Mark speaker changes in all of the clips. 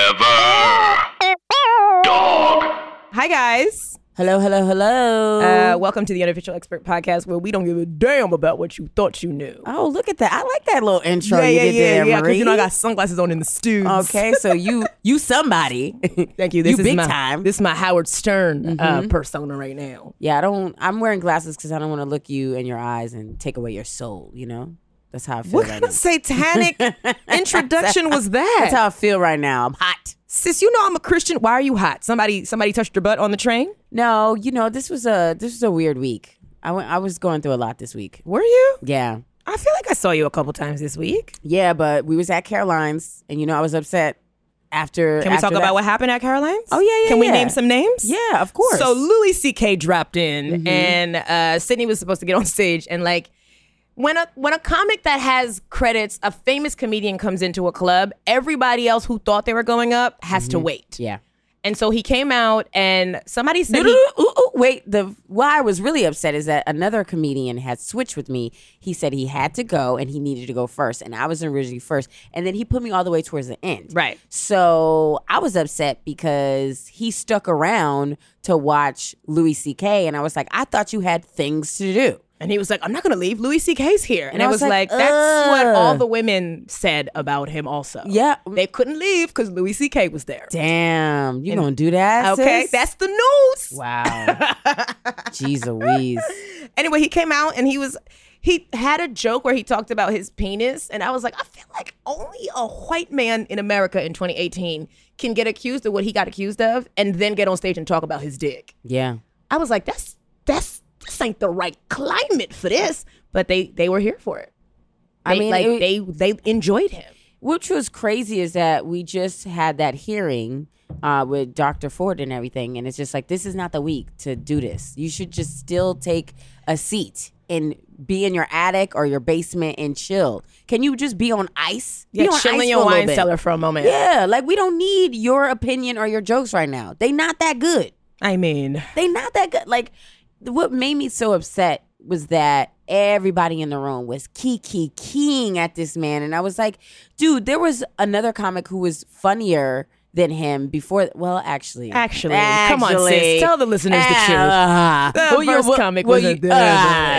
Speaker 1: Forever. Dog.
Speaker 2: Hi, guys.
Speaker 3: Hello, hello, hello.
Speaker 2: Uh, welcome to the Unofficial Expert Podcast, where we don't give a damn about what you thought you knew.
Speaker 3: oh, look at that. I like that little intro you did there,
Speaker 2: Because
Speaker 3: Marie.
Speaker 2: you know I got sunglasses on in the studio.
Speaker 3: okay, so you you somebody.
Speaker 2: Thank you. This
Speaker 3: you
Speaker 2: is
Speaker 3: big
Speaker 2: my,
Speaker 3: time. Mm-hmm.
Speaker 2: This is my Howard Stern uh, persona right now.
Speaker 3: yeah, I don't I'm wearing glasses cuz I don't want to look you in your eyes and take away your soul, you know? That's how I feel
Speaker 2: What
Speaker 3: right
Speaker 2: kind of satanic introduction was that?
Speaker 3: now. That's how I feel right now. I'm hot.
Speaker 2: Sis, you know I'm a Christian. Why are you hot? Somebody somebody touched your butt on the train?
Speaker 3: No, you know, this was a this was a weird week. I went I was going through a lot this week.
Speaker 2: Were you?
Speaker 3: Yeah.
Speaker 2: I feel like I saw you a couple times this week.
Speaker 3: Yeah, but we was at Caroline's and you know I was upset after
Speaker 2: Can we
Speaker 3: after
Speaker 2: talk about
Speaker 3: that-
Speaker 2: what happened at Caroline's?
Speaker 3: Oh, yeah, yeah,
Speaker 2: Can we
Speaker 3: yeah.
Speaker 2: name some names?
Speaker 3: Yeah, of course.
Speaker 2: So
Speaker 3: Mm-hmm.
Speaker 2: Louis C.K. dropped in, and uh, Sydney was supposed to get on stage, and like when a when a comic that has credits, a famous comedian comes into a club, everybody else who thought they were going up has to wait.
Speaker 3: Mm-hmm. yeah.
Speaker 2: And so he came out, and somebody said,
Speaker 3: Ooh,
Speaker 2: he-
Speaker 3: ooh, ooh, ooh, Wait, the why I was really upset is that another comedian had switched with me. He said he had to go and he needed to go first, and I was originally first, and then he put me all the way towards the end.
Speaker 2: Right.
Speaker 3: So I was upset because he stuck around to watch Louis C.K. and I was like, I thought you had things to do.
Speaker 2: and he was like, "I'm not gonna leave. Louis C.K.'s here." And, I was like, "That's
Speaker 3: "Ugh."
Speaker 2: what all the women said about him." Also,
Speaker 3: Yeah.
Speaker 2: they couldn't leave because Louis C.K. was there.
Speaker 3: Damn, you gonna do that?
Speaker 2: Okay,
Speaker 3: sis?
Speaker 2: that's the news.
Speaker 3: wow. Jeez Louise.
Speaker 2: anyway, he came out and he was he had a joke where he talked about his penis, and I was like, I feel like only a white man in America in 2018 can get accused of what he got accused of, and then get on stage and talk about his dick.
Speaker 3: Yeah.
Speaker 2: I was like, that's that's this ain't the right climate for this, but they they were here for it.
Speaker 3: I
Speaker 2: They-
Speaker 3: mean,
Speaker 2: like
Speaker 3: it-
Speaker 2: they they enjoyed him.
Speaker 3: which was crazy is that we just had that hearing uh, with Dr. Ford and everything, and it's just like this is not the week to do this. You should just still take a seat and be in your attic or your basement and chill. Can you just be on ice? be on
Speaker 2: chilling
Speaker 3: ice
Speaker 2: your
Speaker 3: for a little
Speaker 2: wine
Speaker 3: bit.
Speaker 2: cellar for a moment.
Speaker 3: Yeah, like we don't need your opinion or your jokes right now. They not that good
Speaker 2: I mean,
Speaker 3: they not that good. Like what made me so upset was that everybody in the room was key key keying at this man, and I was like, dude, there was another comic who was funnier than him before. Well, actually,
Speaker 2: Actually. Come on, sis.
Speaker 3: Actually.
Speaker 2: Tell the listeners the truth.
Speaker 3: Ah.
Speaker 2: The
Speaker 3: Well, you're-
Speaker 2: first
Speaker 3: well,
Speaker 2: comic
Speaker 3: well,
Speaker 2: was a-
Speaker 3: you-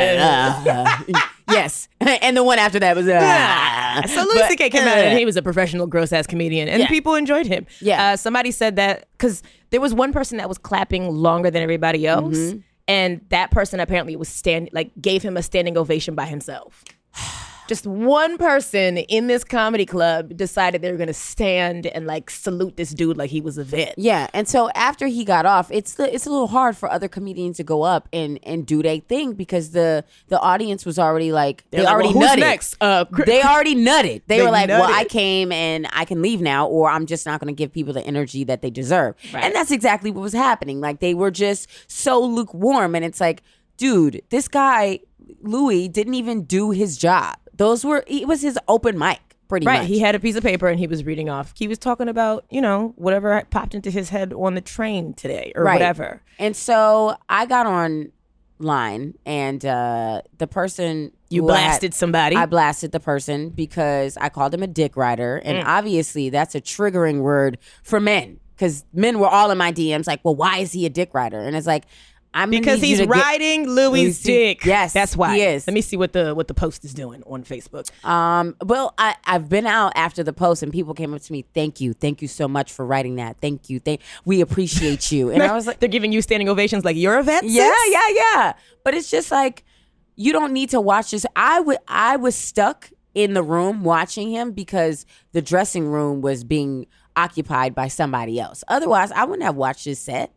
Speaker 3: ah, ah. Yes, and the one after that was. ah.
Speaker 2: So Louis
Speaker 3: But- uh,
Speaker 2: C.K. came out and he was a professional gross ass comedian, and
Speaker 3: Yeah.
Speaker 2: people enjoyed him.
Speaker 3: Yeah.
Speaker 2: Uh, somebody said that because there was one person that was clapping longer than everybody
Speaker 3: Mm-hmm.
Speaker 2: else, and that person apparently was stand like gave him a standing ovation by himself. Just one person in this comedy club decided they were gonna stand and like salute this dude like he was a vet.
Speaker 3: Yeah, and so after he got off, it's the, it's a little hard for other comedians to go up and and do their thing because the the audience was already like they
Speaker 2: like,
Speaker 3: already
Speaker 2: "Well, who's
Speaker 3: nutted.
Speaker 2: next? Uh, Chris-
Speaker 3: they already nutted. They,
Speaker 2: They
Speaker 3: were like,
Speaker 2: nutted.
Speaker 3: "Well, I came and I can leave now, or I'm just not going to give people the energy that they deserve." And that's exactly what was happening. Like they were just so lukewarm, and it's like, dude, this guy Louis didn't even do his job. Those were it was his open mic, pretty
Speaker 2: Right.
Speaker 3: much.
Speaker 2: He had a piece of paper and he was reading off. He was talking about, you know, whatever popped into his head on the train today or
Speaker 3: Right.
Speaker 2: whatever.
Speaker 3: And so I got online, and uh, the person
Speaker 2: You
Speaker 3: who I-
Speaker 2: blasted somebody.
Speaker 3: I blasted the person because I called him a dick rider,
Speaker 2: Mm.
Speaker 3: and obviously that's a triggering word for men because men were all in my DMs like, "Well, why is he a dick rider?" And it's like. I'm gonna
Speaker 2: because
Speaker 3: need you
Speaker 2: he's
Speaker 3: to get-
Speaker 2: riding Louis'
Speaker 3: Louis' dick.
Speaker 2: dick.
Speaker 3: Yes,
Speaker 2: that's why.
Speaker 3: he is.
Speaker 2: Let me see what the what the post is doing on Facebook.
Speaker 3: Um, well, I, I've been out after the post and people came up to me, thank you, thank you so much for writing that. Thank you. Thank we appreciate you. And I was like,
Speaker 2: they're giving you standing ovations like your event.
Speaker 3: Yeah, yeah, yeah. But it's just like you don't need to watch this. I would I was stuck in the room watching him because the dressing room was being occupied by somebody else. Otherwise, I wouldn't have watched his set.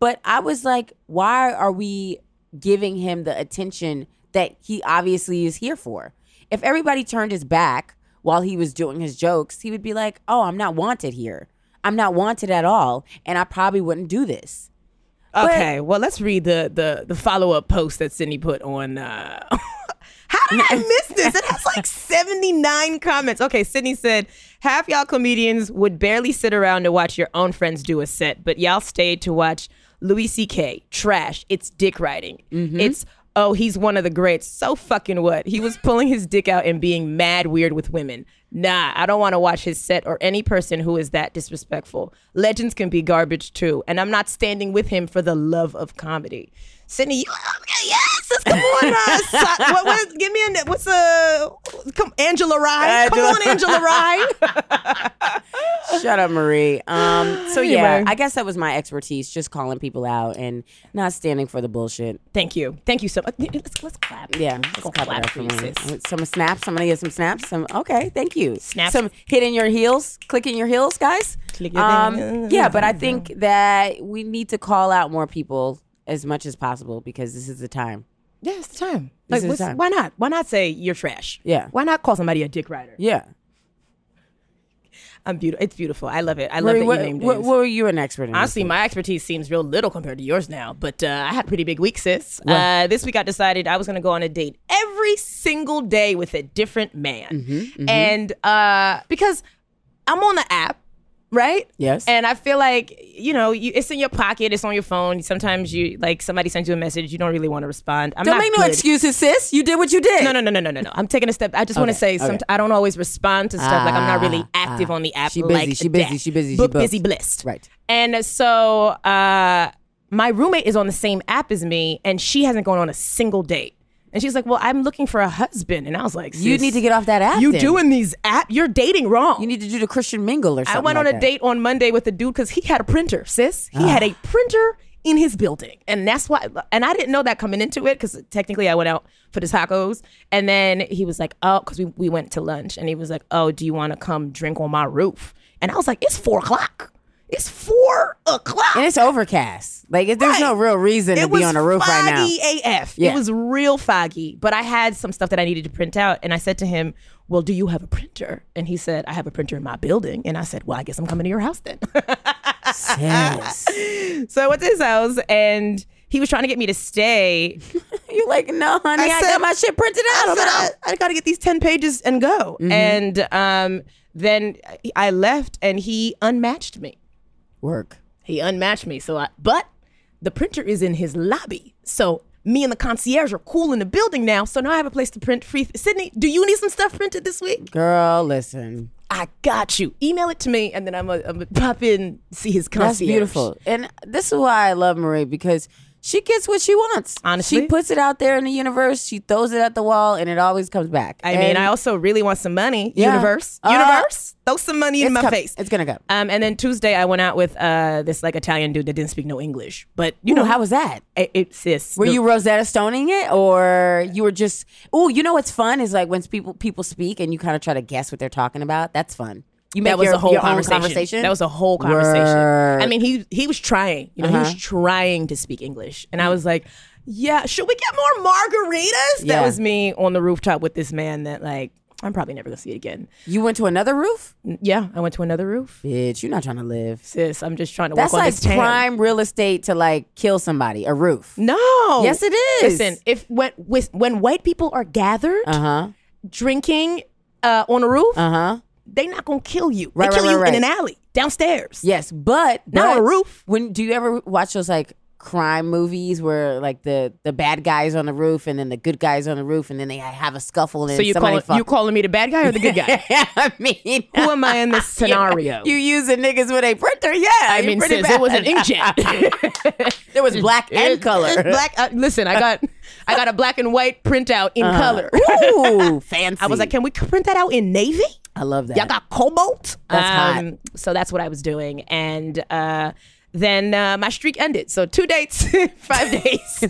Speaker 3: But I was like, why are we giving him the attention that he obviously is here for? If everybody turned his back while he was doing his jokes, he would be like, "Oh, I'm not wanted here. I'm not wanted at all, and I probably wouldn't do this."
Speaker 2: Okay. well, let's read the the the follow up post that Sydney put on. Uh, how did I miss this? It has like seventy nine comments. Okay, Sydney said half y'all comedians would barely sit around to watch your own friends do a set, but y'all stayed to watch Louis C.K. Trash. It's dick riding. It's oh he's one of the greats. So fucking what? He was pulling his dick out and being mad weird with women. Nah, I don't want to watch his set or any person who is that disrespectful. Legends can be garbage too, and I'm not standing with him for the love of comedy. Sydney, you, yes, let's come on. Uh, so- what, what, give me a what's a come Angela Rye? Come on, Angela Rye.
Speaker 3: Shut up, Marie. Um, so yeah,
Speaker 2: Anyway.
Speaker 3: I guess that was my expertise, just calling people out and not standing for the bullshit.
Speaker 2: Thank you, thank you so much. Let's, let's clap.
Speaker 3: Yeah,
Speaker 2: let's,
Speaker 3: let's
Speaker 2: clap,
Speaker 3: cover that
Speaker 2: for
Speaker 3: for
Speaker 2: you,
Speaker 3: me.
Speaker 2: sis.
Speaker 3: Some snaps. I'm gonna get some snaps. Some okay, thank you.
Speaker 2: Snaps.
Speaker 3: Some hitting your heels, clicking your heels, guys.
Speaker 2: Click your
Speaker 3: Um,
Speaker 2: thing.
Speaker 3: yeah, but I think that we need to call out more people as much as possible because this is the time.
Speaker 2: Yeah, it's the time.
Speaker 3: This
Speaker 2: Like,
Speaker 3: is the
Speaker 2: what's,
Speaker 3: time.
Speaker 2: why not? Why not say you're trash?
Speaker 3: Yeah.
Speaker 2: Why not call somebody a dick rider?
Speaker 3: Yeah,
Speaker 2: I'm beautiful. It's beautiful. I love it. I love
Speaker 3: Marie,
Speaker 2: that
Speaker 3: what,
Speaker 2: you named
Speaker 3: what,
Speaker 2: names.
Speaker 3: what were you an expert in?
Speaker 2: Honestly, my expertise seems real little compared to yours now, but uh, I had a pretty big week, sis. Uh, this week I decided I was going to go on a date every single day with a different man.
Speaker 3: Mm-hmm,
Speaker 2: And uh, because I'm on the app, right?
Speaker 3: Yes.
Speaker 2: And I feel like, you know, you, it's in your pocket, it's on your phone. Sometimes you, like, somebody sends you a message, you don't really want to respond. I'm
Speaker 3: Don't
Speaker 2: not
Speaker 3: make no
Speaker 2: good.
Speaker 3: excuses, sis. You did what you did.
Speaker 2: No, no, no, no, no, no, no. I'm taking a step. I just want to say, somet- I don't always respond to stuff like I'm not really active on the app.
Speaker 3: Ah, She busy,
Speaker 2: like
Speaker 3: she busy,
Speaker 2: that.
Speaker 3: she busy, she
Speaker 2: Book
Speaker 3: booked.
Speaker 2: busy, blessed.
Speaker 3: Right.
Speaker 2: And so, uh, my roommate is on the same app as me, and she hasn't gone on a single date. And she's like, "Well, I'm looking for a husband," and I was like,
Speaker 3: You
Speaker 2: "Sis,
Speaker 3: need to get off that app.
Speaker 2: You
Speaker 3: then.
Speaker 2: doing these app? You're dating wrong."
Speaker 3: You need to do the Christian mingle or something.
Speaker 2: I went on
Speaker 3: like
Speaker 2: a
Speaker 3: that. Ah.
Speaker 2: date on Monday with a dude because he had a printer, sis. He had a printer in his building. And that's why, and I didn't know that coming into it because technically I went out for the tacos. And then he was like, oh, because we, we went to lunch and he was like, oh, do you want to come drink on my roof? And I was like, it's four o'clock. It's four o'clock.
Speaker 3: And it's overcast. Like it, there's
Speaker 2: Right.
Speaker 3: no real reason to
Speaker 2: It was
Speaker 3: be on a roof right now.
Speaker 2: foggy AF.
Speaker 3: Yeah.
Speaker 2: It was real foggy, but I had some stuff that I needed to print out. And I said to him, Well, do you have a printer? And he said, I have a printer in my building. And I said, Well, I guess I'm coming to your house then.
Speaker 3: Yes.
Speaker 2: So I went to his house and he was trying to get me to stay.
Speaker 3: You're like, no, honey, I,
Speaker 2: said-
Speaker 3: got my shit printed out.
Speaker 2: I said, I, I got to get these 10 pages and go.
Speaker 3: Mm-hmm.
Speaker 2: And um, then I left and he unmatched me.
Speaker 3: Work.
Speaker 2: He unmatched me. So I, but the printer is in his lobby. So me and the concierge are cool in the building now. So now I have a place to print free. Sydney, do you need some stuff printed this week?
Speaker 3: Girl, listen.
Speaker 2: I got you. Email it to me and then I'm going to pop in, see his concierge.
Speaker 3: That's beautiful. And this is why I love Marie because she gets what she wants.
Speaker 2: Honestly.
Speaker 3: She puts it out there in the universe, she throws it at the wall, and it always comes back.
Speaker 2: I mean,
Speaker 3: And
Speaker 2: I also really want some money.
Speaker 3: Yeah.
Speaker 2: Universe.
Speaker 3: Uh,
Speaker 2: Universe. Throw some money in
Speaker 3: it's
Speaker 2: my
Speaker 3: com-
Speaker 2: face.
Speaker 3: It's gonna go.
Speaker 2: Um, and then Tuesday, I went out with uh, this like Italian dude that didn't speak no English, but you
Speaker 3: You know,
Speaker 2: know
Speaker 3: how was that?
Speaker 2: it, it sis.
Speaker 3: Were
Speaker 2: the-
Speaker 3: you Rosetta Stoning it, or you were just? Oh, you know what's fun is like when people people speak and you kind of try to guess what they're talking about. That's fun. You make
Speaker 2: That was
Speaker 3: your-
Speaker 2: a whole
Speaker 3: your own
Speaker 2: conversation. That was a whole conversation.
Speaker 3: Word. Uh-huh.
Speaker 2: I mean, he he was trying. You know, he was trying to speak English, and I was like, "Yeah, should we get more margaritas?"
Speaker 3: Yeah.
Speaker 2: That was me on the rooftop with this man that like I'm probably never gonna see it again.
Speaker 3: you went to another roof,
Speaker 2: Yeah, I went to another roof.
Speaker 3: bitch. You're not trying to live.
Speaker 2: Sis, I'm just trying to
Speaker 3: That's
Speaker 2: work on
Speaker 3: like
Speaker 2: this tan.
Speaker 3: prime real estate to like kill somebody. A roof.
Speaker 2: No.
Speaker 3: Yes, it is.
Speaker 2: Listen, if when with, when white people are gathered
Speaker 3: Uh huh.
Speaker 2: drinking uh, on a roof,
Speaker 3: Uh huh.
Speaker 2: they not gonna kill you.
Speaker 3: Right,
Speaker 2: they
Speaker 3: right,
Speaker 2: kill
Speaker 3: right,
Speaker 2: you
Speaker 3: right.
Speaker 2: in an alley downstairs.
Speaker 3: Yes, but
Speaker 2: Not
Speaker 3: but
Speaker 2: a roof.
Speaker 3: When do you ever watch those like crime movies where like the the bad guys on the roof and then the good guys on the roof and then they have a scuffle and
Speaker 2: So you
Speaker 3: somebody
Speaker 2: call you calling me the bad guy or the good guy?
Speaker 3: I mean,
Speaker 2: Who am I in this scenario?
Speaker 3: you using niggas with a printer? Yeah,
Speaker 2: I mean,
Speaker 3: pretty
Speaker 2: sis, it was an
Speaker 3: bad.
Speaker 2: inkjet.
Speaker 3: There was black and color.
Speaker 2: black. Uh, listen, I got I got a black and white printout in color.
Speaker 3: Ooh, fancy.
Speaker 2: I was like, can we print that out in navy?
Speaker 3: I love that.
Speaker 2: Y'all got cobalt. Um,
Speaker 3: That's hot.
Speaker 2: So that's what I was doing, and uh, then uh, my streak ended. So two dates, five days.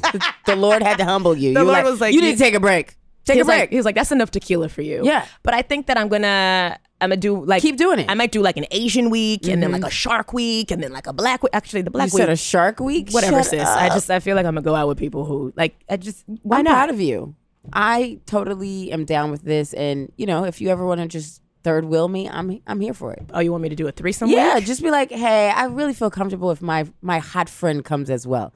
Speaker 3: the Lord had to humble you.
Speaker 2: The
Speaker 3: you were
Speaker 2: Lord was like,
Speaker 3: you
Speaker 2: you-
Speaker 3: need to take a break. Take
Speaker 2: he
Speaker 3: a
Speaker 2: was
Speaker 3: break.
Speaker 2: like, he was like, that's enough tequila for you.
Speaker 3: Yeah.
Speaker 2: But I think that I'm gonna. I'm gonna do like
Speaker 3: Keep doing it.
Speaker 2: I might do like an Asian week and then like a Shark week and then like a Black week. Actually, the Black
Speaker 3: you
Speaker 2: week
Speaker 3: said a Shark Week.
Speaker 2: whatever,
Speaker 3: Shut
Speaker 2: sis.
Speaker 3: up.
Speaker 2: I just I feel like I'm gonna go out with people who like I just why
Speaker 3: I'm
Speaker 2: not?
Speaker 3: proud of you. I totally am down with this, and you know, if you ever want to just third wheel me, I'm I'm here for it.
Speaker 2: Oh, you want me to do a threesome?
Speaker 3: Yeah,
Speaker 2: week?
Speaker 3: just be like, hey, I really feel comfortable if my my hot friend comes as well.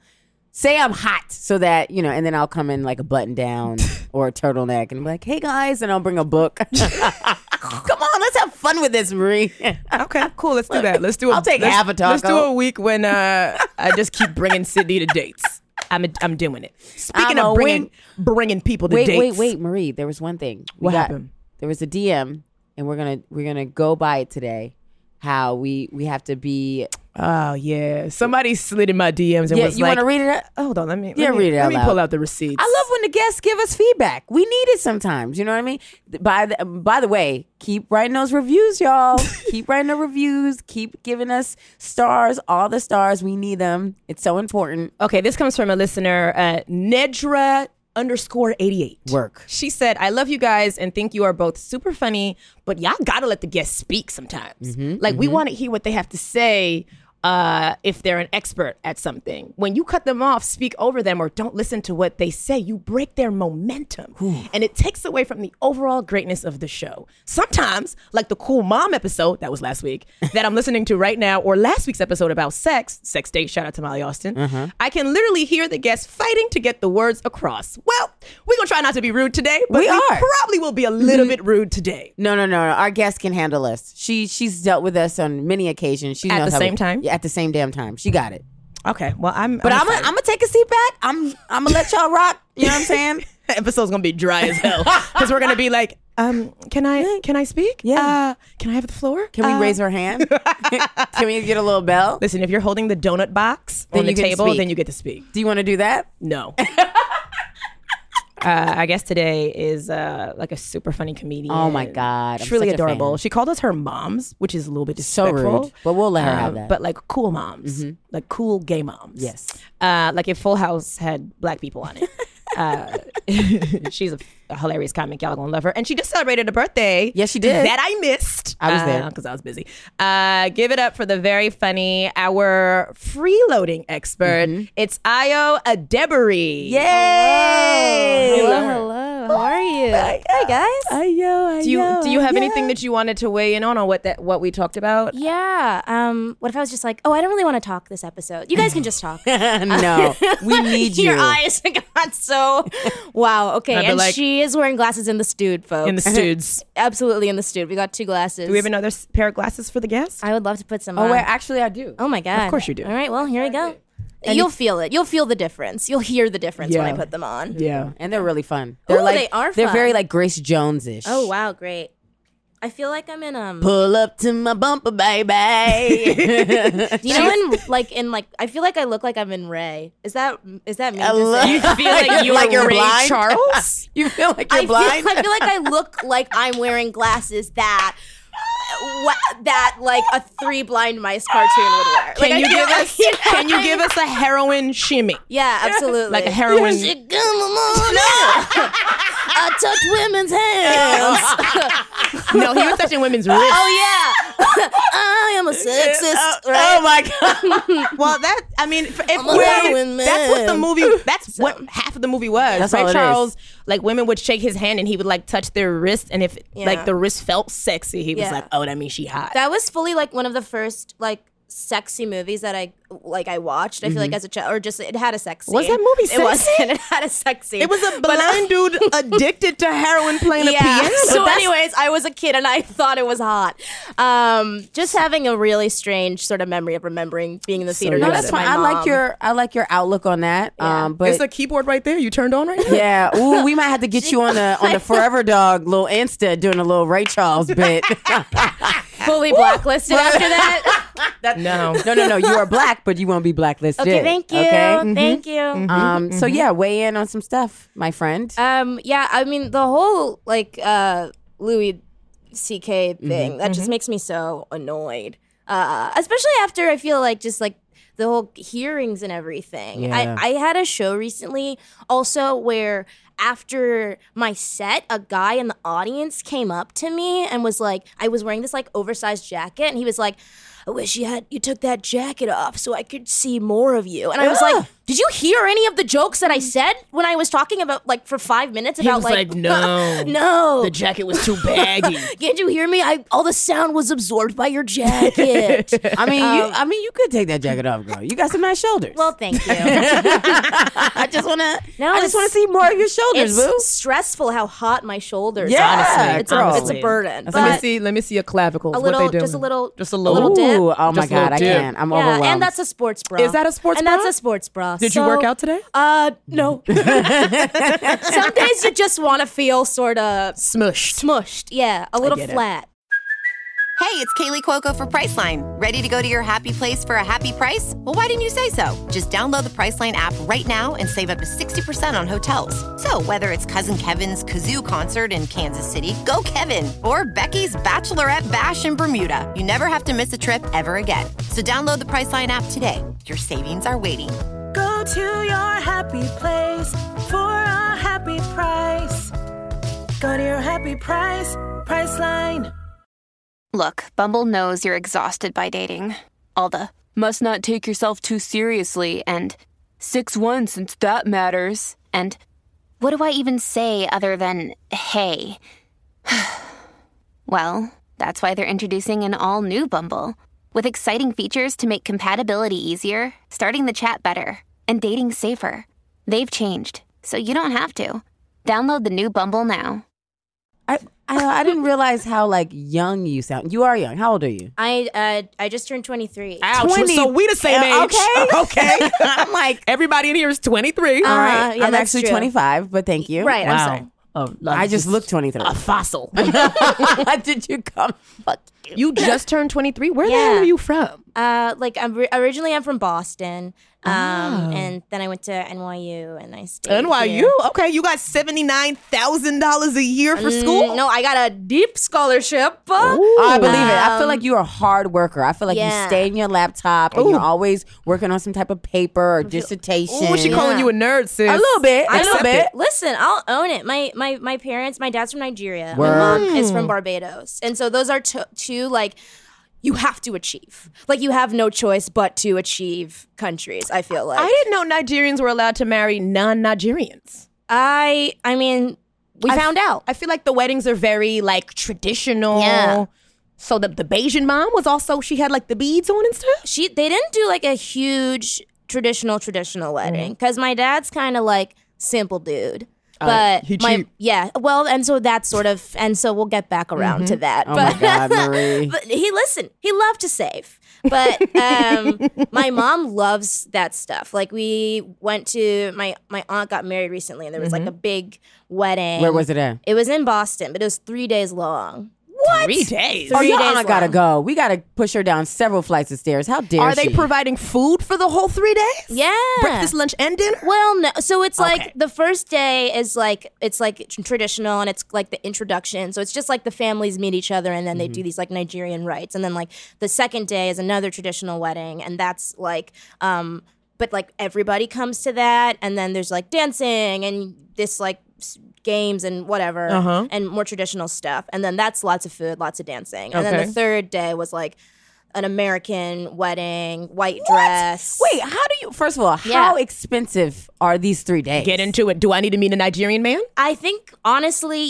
Speaker 3: Say I'm hot, so that you know, and then I'll come in like a button down or a turtleneck, and be like, hey guys, and I'll bring a book. come on, let's have fun with this, Marie.
Speaker 2: okay, cool. Let's do that. Let's do. A,
Speaker 3: I'll take
Speaker 2: let's,
Speaker 3: half a taco.
Speaker 2: Let's do a week when uh, I just keep bringing Sydney to dates. I'm a, I'm doing it. Speaking
Speaker 3: I'm
Speaker 2: of
Speaker 3: a
Speaker 2: bringing
Speaker 3: wing-
Speaker 2: bringing people to
Speaker 3: wait,
Speaker 2: dates.
Speaker 3: wait, wait, Marie. There was one thing. We
Speaker 2: What happened?
Speaker 3: There was a DM, and we're gonna we're gonna go by it today. How we we have to be?
Speaker 2: Oh yeah, somebody slid in my DMs and
Speaker 3: Yeah,
Speaker 2: was
Speaker 3: you
Speaker 2: like,
Speaker 3: want to read it? out?
Speaker 2: "Hold on, let me let
Speaker 3: Yeah,
Speaker 2: me,
Speaker 3: read it
Speaker 2: let
Speaker 3: out
Speaker 2: me
Speaker 3: loud.
Speaker 2: pull out the receipts."
Speaker 3: I love when the guests give us feedback. We need it sometimes. You know what I mean? Th- By the by the way, keep writing those reviews, y'all. keep writing the reviews. Keep giving us stars, all the stars. We need them. It's so important.
Speaker 2: Okay, this comes from a listener, uh, Nedra underscore eighty eight.
Speaker 3: Work.
Speaker 2: She said, I love you guys and think you are both super funny, but y'all gotta let the guests speak sometimes. like, we wanna hear what they have to say uh, if they're an expert at something. When you cut them off, speak over them, or don't listen to what they say, you break their momentum. And it takes away from the overall greatness of the show. Sometimes, like the Cool Mom episode, that was last week, that I'm listening to right now, or last week's episode about sex, sex date, shout out to Molly Austin, I can literally hear the guests fighting to get the words across. Well, we're gonna try not to be rude today, but
Speaker 3: We
Speaker 2: we,
Speaker 3: are.
Speaker 2: probably will be a little bit rude today.
Speaker 3: No, no, no, no. Our guest can handle us. She she's dealt with us on many occasions. She
Speaker 2: At
Speaker 3: knows
Speaker 2: the
Speaker 3: how
Speaker 2: same
Speaker 3: we-
Speaker 2: time?
Speaker 3: Yeah, at the same damn time. She got it.
Speaker 2: Okay, well I'm,
Speaker 3: But I'm gonna I'm gonna take a seat back. I'm I'm gonna let y'all rock. You know what I'm saying?
Speaker 2: the episode's gonna be dry as hell because we're gonna be like, um, can I can I speak?
Speaker 3: Yeah.
Speaker 2: Uh, can I have the floor?
Speaker 3: Can we
Speaker 2: Uh,
Speaker 3: raise her hand? can we get a little bell?
Speaker 2: Listen, if you're holding the donut box
Speaker 3: Then
Speaker 2: on the
Speaker 3: you can
Speaker 2: table,
Speaker 3: speak.
Speaker 2: then you get to speak.
Speaker 3: Do you want to do that?
Speaker 2: No. Uh, I guess today is uh, like a super funny comedian.
Speaker 3: Oh my God, I'm
Speaker 2: she's really
Speaker 3: such a fan.
Speaker 2: adorable. She called us her moms, which is a little bit
Speaker 3: So
Speaker 2: disrespectful. Um,
Speaker 3: rude, but we'll let her have that. Mm-hmm.
Speaker 2: But like cool moms, like cool gay moms.
Speaker 3: Yes.
Speaker 2: Uh, like if Full House had black people on it. uh, she's a, a hilarious comic. Y'all gonna love her. And she just celebrated a birthday.
Speaker 3: Yes, she did.
Speaker 2: That I missed.
Speaker 3: I was there.
Speaker 2: because I was busy. Uh, give it up for the very funny our freeloading expert.
Speaker 3: Mm-hmm.
Speaker 2: It's Io Adebary. Oh,
Speaker 3: Yay!
Speaker 4: Hello, hello. How are you? Hi, guys.
Speaker 2: Do you do you have anything that you wanted to weigh in on on what that what we talked about?
Speaker 4: Yeah. Um. What if I was just like, oh, I don't really want to talk this episode. You guys can just talk.
Speaker 3: no, we need you.
Speaker 4: Your eyes got so wow. Okay,
Speaker 2: I'd be
Speaker 4: and
Speaker 2: like-
Speaker 4: she is wearing glasses in the stewed, folks.
Speaker 2: In the studs.
Speaker 4: Absolutely in the stewed. We got two glasses.
Speaker 2: Do we have another s- Uh, pair of glasses for the guest?
Speaker 4: I would love to put some.
Speaker 3: Oh,
Speaker 4: on.
Speaker 3: wait, actually, I do.
Speaker 4: oh my god.
Speaker 2: course you do.
Speaker 4: All right. Well, here we go. You'll feel it. You'll feel the difference. You'll hear the difference when I
Speaker 2: Yeah.
Speaker 4: put them on.
Speaker 2: Yeah.
Speaker 3: And they're really fun. They're
Speaker 4: Ooh,
Speaker 3: like
Speaker 4: they are
Speaker 3: They're
Speaker 4: fun.
Speaker 3: very like Grace Jones ish.
Speaker 4: Oh wow, great. I feel like I'm in um.
Speaker 3: Pull up to my bumper, baby.
Speaker 4: You know, in like in like, I feel like I look like I'm in Ray. Is that is that me? to
Speaker 3: love-
Speaker 4: say?
Speaker 3: You feel like you're Ray
Speaker 2: Charles.
Speaker 3: you feel like you're
Speaker 4: I feel,
Speaker 3: blind?
Speaker 4: I feel like I look like I'm wearing glasses that what that like a three blind mice cartoon would wear. Like,
Speaker 2: Can
Speaker 4: I
Speaker 2: you
Speaker 4: feel
Speaker 2: give
Speaker 4: like-
Speaker 2: us Can you give us a heroin shimmy?
Speaker 4: Yeah, absolutely.
Speaker 2: Like a heroin.
Speaker 4: She come on up. I touch women's hands.
Speaker 2: no, he was touching women's wrists.
Speaker 4: oh yeah, I am a sexist. Right?
Speaker 3: oh my god.
Speaker 2: Well, that I mean, if, if
Speaker 4: a
Speaker 2: women-
Speaker 4: heroin
Speaker 2: that's what the
Speaker 4: man.
Speaker 2: movie. That's what half of the movie was.
Speaker 3: That's
Speaker 2: Ray
Speaker 3: all it is.
Speaker 2: Charles, like women would shake his hand and he would like touch their wrist, and if
Speaker 4: Yeah.
Speaker 2: like the wrist felt sexy, he was
Speaker 4: Yeah.
Speaker 2: like, "Oh, that means she hot."
Speaker 4: That was fully like one of the first like sexy movies that I like I watched. I feel like as a child, or just it had a sex. Scene.
Speaker 2: Mm-hmm. Was that movie
Speaker 4: It was.
Speaker 2: sexy?
Speaker 4: It had a sex scene.
Speaker 2: It was a
Speaker 4: But I-
Speaker 2: blind dude addicted to heroin playing a piano.
Speaker 4: So,
Speaker 2: That's-
Speaker 4: anyways, I was a kid and I thought it was hot. Um, just having a really strange sort of memory of remembering being in the theater.
Speaker 3: No,
Speaker 4: with
Speaker 3: that's
Speaker 4: my
Speaker 3: fine. I like
Speaker 4: mom.
Speaker 3: your I like your outlook on that. Um, but
Speaker 2: it's a keyboard right there. You turned on right now.
Speaker 3: yeah, ooh, we might have to get you on the on the Forever Dog little Insta doing a little Ray Charles bit.
Speaker 4: fully blacklisted after that.
Speaker 2: No.
Speaker 3: no, no, no. You are black, but you won't be blacklisted.
Speaker 4: okay, thank you, Mm-hmm,
Speaker 2: mm-hmm.
Speaker 3: Okay.
Speaker 4: thank you.
Speaker 3: Um. So yeah, weigh in on some stuff, my friend.
Speaker 4: Um, yeah, I mean the whole like uh, Louis C.K.
Speaker 2: Mm-hmm,
Speaker 4: thing that just makes me so annoyed. Uh, especially after I feel like just like the whole hearings and everything.
Speaker 3: Yeah.
Speaker 4: I, I had a show recently also where after my set, a guy in the audience came up to me and was like, I was wearing this like oversized jacket, and he was like. I wish you had you took that jacket off so I could see more of you. And I was
Speaker 2: Ah!
Speaker 4: like, Did you hear any of the jokes that I said when I was talking about like for five minutes about
Speaker 2: was like, "No."
Speaker 4: no,
Speaker 2: The jacket was too baggy.
Speaker 4: can't you hear me? I all the sound was absorbed by your jacket.
Speaker 3: I mean, you, I mean, you could take that jacket off, girl. You got some nice shoulders.
Speaker 4: Um, well, thank you.
Speaker 3: I just wanna,
Speaker 4: No,
Speaker 3: I just wanna
Speaker 4: it's-
Speaker 3: see more of your shoulders, boo.
Speaker 4: It's stressful how hot my shoulders
Speaker 3: Yeah,
Speaker 4: are.
Speaker 3: honestly,
Speaker 4: it's, a, it's
Speaker 2: honestly.
Speaker 4: a burden.
Speaker 2: let
Speaker 3: Let
Speaker 4: But
Speaker 2: me see. Let me see your clavicles.
Speaker 4: a
Speaker 2: What
Speaker 4: little,
Speaker 2: they doing?
Speaker 4: just a little,
Speaker 2: Just a little. ah,
Speaker 4: little dip.
Speaker 3: Ooh, oh my
Speaker 2: Just a little
Speaker 3: god, I
Speaker 2: dip.
Speaker 3: can't. I'm
Speaker 4: yeah,
Speaker 3: overwhelmed.
Speaker 4: and that's a sports bra.
Speaker 2: Is that a sports
Speaker 4: and
Speaker 2: bra?
Speaker 4: that's a sports bra.
Speaker 2: Did you
Speaker 4: So,
Speaker 2: work out today?
Speaker 4: Uh, no. Some days you just want to feel sort of
Speaker 2: Smushed.
Speaker 4: smushed. Yeah, a little
Speaker 2: get it.
Speaker 4: flat.
Speaker 5: Hey, it's Kaylee Cuoco for Priceline. Ready to go to your happy place for a happy price? Well, why didn't you say so? Just download the Priceline app right now and save up to 60% on hotels. So, whether it's Cousin Kevin's Kazoo concert in Kansas City, go Kevin, or Becky's Bachelorette Bash in Bermuda, you never have to miss a trip ever again. So, download the Priceline app today. Your savings are waiting.
Speaker 6: Go to your happy place for a happy price. Go to your happy price, Priceline.
Speaker 7: Look, Bumble knows you're exhausted by dating. All the must not take yourself too seriously and 6 1 since that matters. And what do I even say other than hey? well, that's why they're introducing an all new Bumble with exciting features to make compatibility easier, starting the chat better, and dating safer. They've changed, so you don't have to. Download the new Bumble now.
Speaker 3: I, I, I didn't realize how like young you sound. You are young. How old are you?
Speaker 4: I uh, I just turned 23.
Speaker 2: Ouch.
Speaker 3: 20
Speaker 2: So we the same
Speaker 3: Uh,
Speaker 2: age.
Speaker 3: okay.
Speaker 2: okay.
Speaker 3: I'm like,
Speaker 2: Everybody in here is 23.
Speaker 3: all
Speaker 4: Uh,
Speaker 3: right.
Speaker 4: yeah,
Speaker 3: I'm
Speaker 4: that's
Speaker 3: actually
Speaker 4: true.
Speaker 3: 25, but thank you.
Speaker 4: Right, I'm
Speaker 3: Wow.
Speaker 4: sorry.
Speaker 2: Oh,
Speaker 3: I just looked 23.
Speaker 2: a fossil.
Speaker 3: Did you come? Fuck.
Speaker 2: you just turned 23. Where the
Speaker 4: Yeah.
Speaker 2: hell are you from?
Speaker 4: Uh, like I'm ri- originally I'm from Boston, um,
Speaker 2: Ah.
Speaker 4: and then I went to NYU and I stayed.
Speaker 2: NYU.
Speaker 4: here.
Speaker 2: Okay, you got $79,000 a year for school?
Speaker 4: Mm, no, I got a deep scholarship.
Speaker 3: I believe it. I feel like you're a hard worker. I feel like you
Speaker 4: Um, yeah.
Speaker 3: stay in your laptop and you're always working on some type of paper or dissertation.
Speaker 2: Ooh, she calling
Speaker 4: Yeah.
Speaker 2: you a nerd, sis.
Speaker 3: a little bit. A
Speaker 4: I
Speaker 3: little
Speaker 4: don't-
Speaker 3: bit.
Speaker 4: Listen, I'll own it. My my my parents. My dad's from Nigeria. My mom is from Barbados, and so those are t- two like you have to achieve. Like you have no choice but to achieve countries. I feel like
Speaker 2: I didn't know Nigerians were allowed to marry non-Nigerians.
Speaker 4: I. I mean, we found out.
Speaker 2: I feel like the weddings are very like traditional.
Speaker 4: Yeah.
Speaker 2: So the the Bayesian mom was also she had like the beads on and stuff.
Speaker 4: she they didn't do like a huge traditional traditional wedding
Speaker 3: Mm.
Speaker 4: because my dad's kind of like simple dude
Speaker 3: Uh,
Speaker 4: but
Speaker 2: he
Speaker 4: my
Speaker 2: cheap.
Speaker 4: yeah well and so that's sort of and so we'll get back around to that
Speaker 3: Oh my
Speaker 4: but
Speaker 3: God, Marie.
Speaker 4: but he listen he loved to save but um my mom loves that stuff like we went to my my aunt got married recently and there was like a big wedding
Speaker 3: Mm-hmm. Where was it at?
Speaker 4: it was in boston but it was three days long
Speaker 2: What? Three days.
Speaker 3: Oh,
Speaker 4: Three
Speaker 3: your
Speaker 4: days
Speaker 3: aunt gotta
Speaker 4: long.
Speaker 3: go. We gotta push her down several flights of stairs. How dare
Speaker 2: Are they
Speaker 3: she?
Speaker 2: providing food for the whole three days?
Speaker 4: yeah
Speaker 2: Breakfast, lunch, and dinner.
Speaker 4: Well, no. So it's
Speaker 2: Okay.
Speaker 4: like the first day is like it's like tr- traditional and it's like the introduction. So it's just like the families meet each other and then they
Speaker 2: Mm-hmm.
Speaker 4: do these like Nigerian rites. And then like the second day is another traditional wedding and that's like um but like everybody comes to that and then there's like dancing and this like s- games and whatever
Speaker 2: Uh-huh.
Speaker 4: and more traditional stuff. And then that's lots of food, lots of dancing. And then
Speaker 2: Okay.
Speaker 4: the third day was like an American wedding, white dress.
Speaker 3: Wait, how do you? First of all, how expensive are these three days?
Speaker 4: Oh.
Speaker 2: Get into it. Do I need to meet a Nigerian man?
Speaker 4: I think honestly,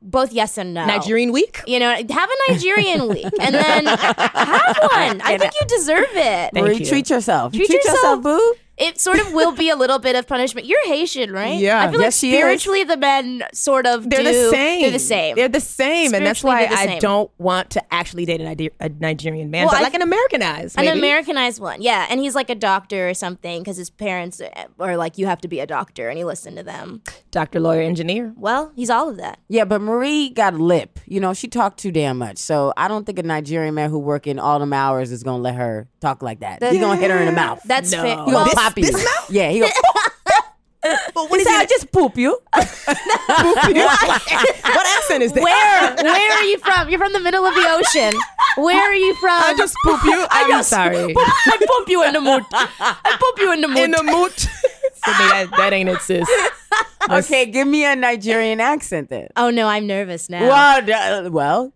Speaker 4: both yes and no.
Speaker 2: Nigerian week.
Speaker 4: You know, have a Nigerian week and then have one. I think you deserve it.
Speaker 3: Marie, treat yourself.
Speaker 4: Treat yourself.
Speaker 3: boo.
Speaker 4: It sort of will be a little bit of punishment. You're Haitian, right?
Speaker 8: Yeah.
Speaker 4: I feel
Speaker 8: Yes, she
Speaker 4: like
Speaker 8: is.
Speaker 4: spiritually the men sort of
Speaker 2: They're
Speaker 4: do-
Speaker 2: the same.
Speaker 4: They're the same.
Speaker 2: They're the same, and that's
Speaker 4: Spiritually,
Speaker 2: why
Speaker 4: they're the
Speaker 2: I
Speaker 4: same.
Speaker 2: don't want to actually date a, Niger- a Nigerian man,
Speaker 4: Well,
Speaker 2: but
Speaker 4: I-
Speaker 2: like an Americanized.
Speaker 4: An
Speaker 2: maybe.
Speaker 4: Americanized one, yeah, and he's like a doctor or something because his parents uh, are like, "You have to be a doctor," and he listened to them.
Speaker 2: doctor, lawyer, engineer.
Speaker 4: Well, he's all of that.
Speaker 3: Yeah, but Marie got lip. You know, she talked too damn much. So I don't think a Nigerian man who work in all them hours is gonna let her talk like that. He's gonna hit her in the mouth.
Speaker 4: That's
Speaker 2: No.
Speaker 4: fair.
Speaker 3: he gonna pop you. Yeah, he gonna.
Speaker 2: But what
Speaker 3: he said, I just poop you.
Speaker 4: Ah,
Speaker 2: what accent is that?
Speaker 4: Where where are you from? You're from the middle of the ocean. Where are you from?
Speaker 2: I just poop you. I'm sorry.
Speaker 4: I pump you in the mood. I pump you in the mood.
Speaker 2: In the mood. that, that ain't it, sis.
Speaker 3: okay, give me a Nigerian accent then.
Speaker 4: oh no, I'm nervous now.
Speaker 3: Well, uh, Uh-huh. well,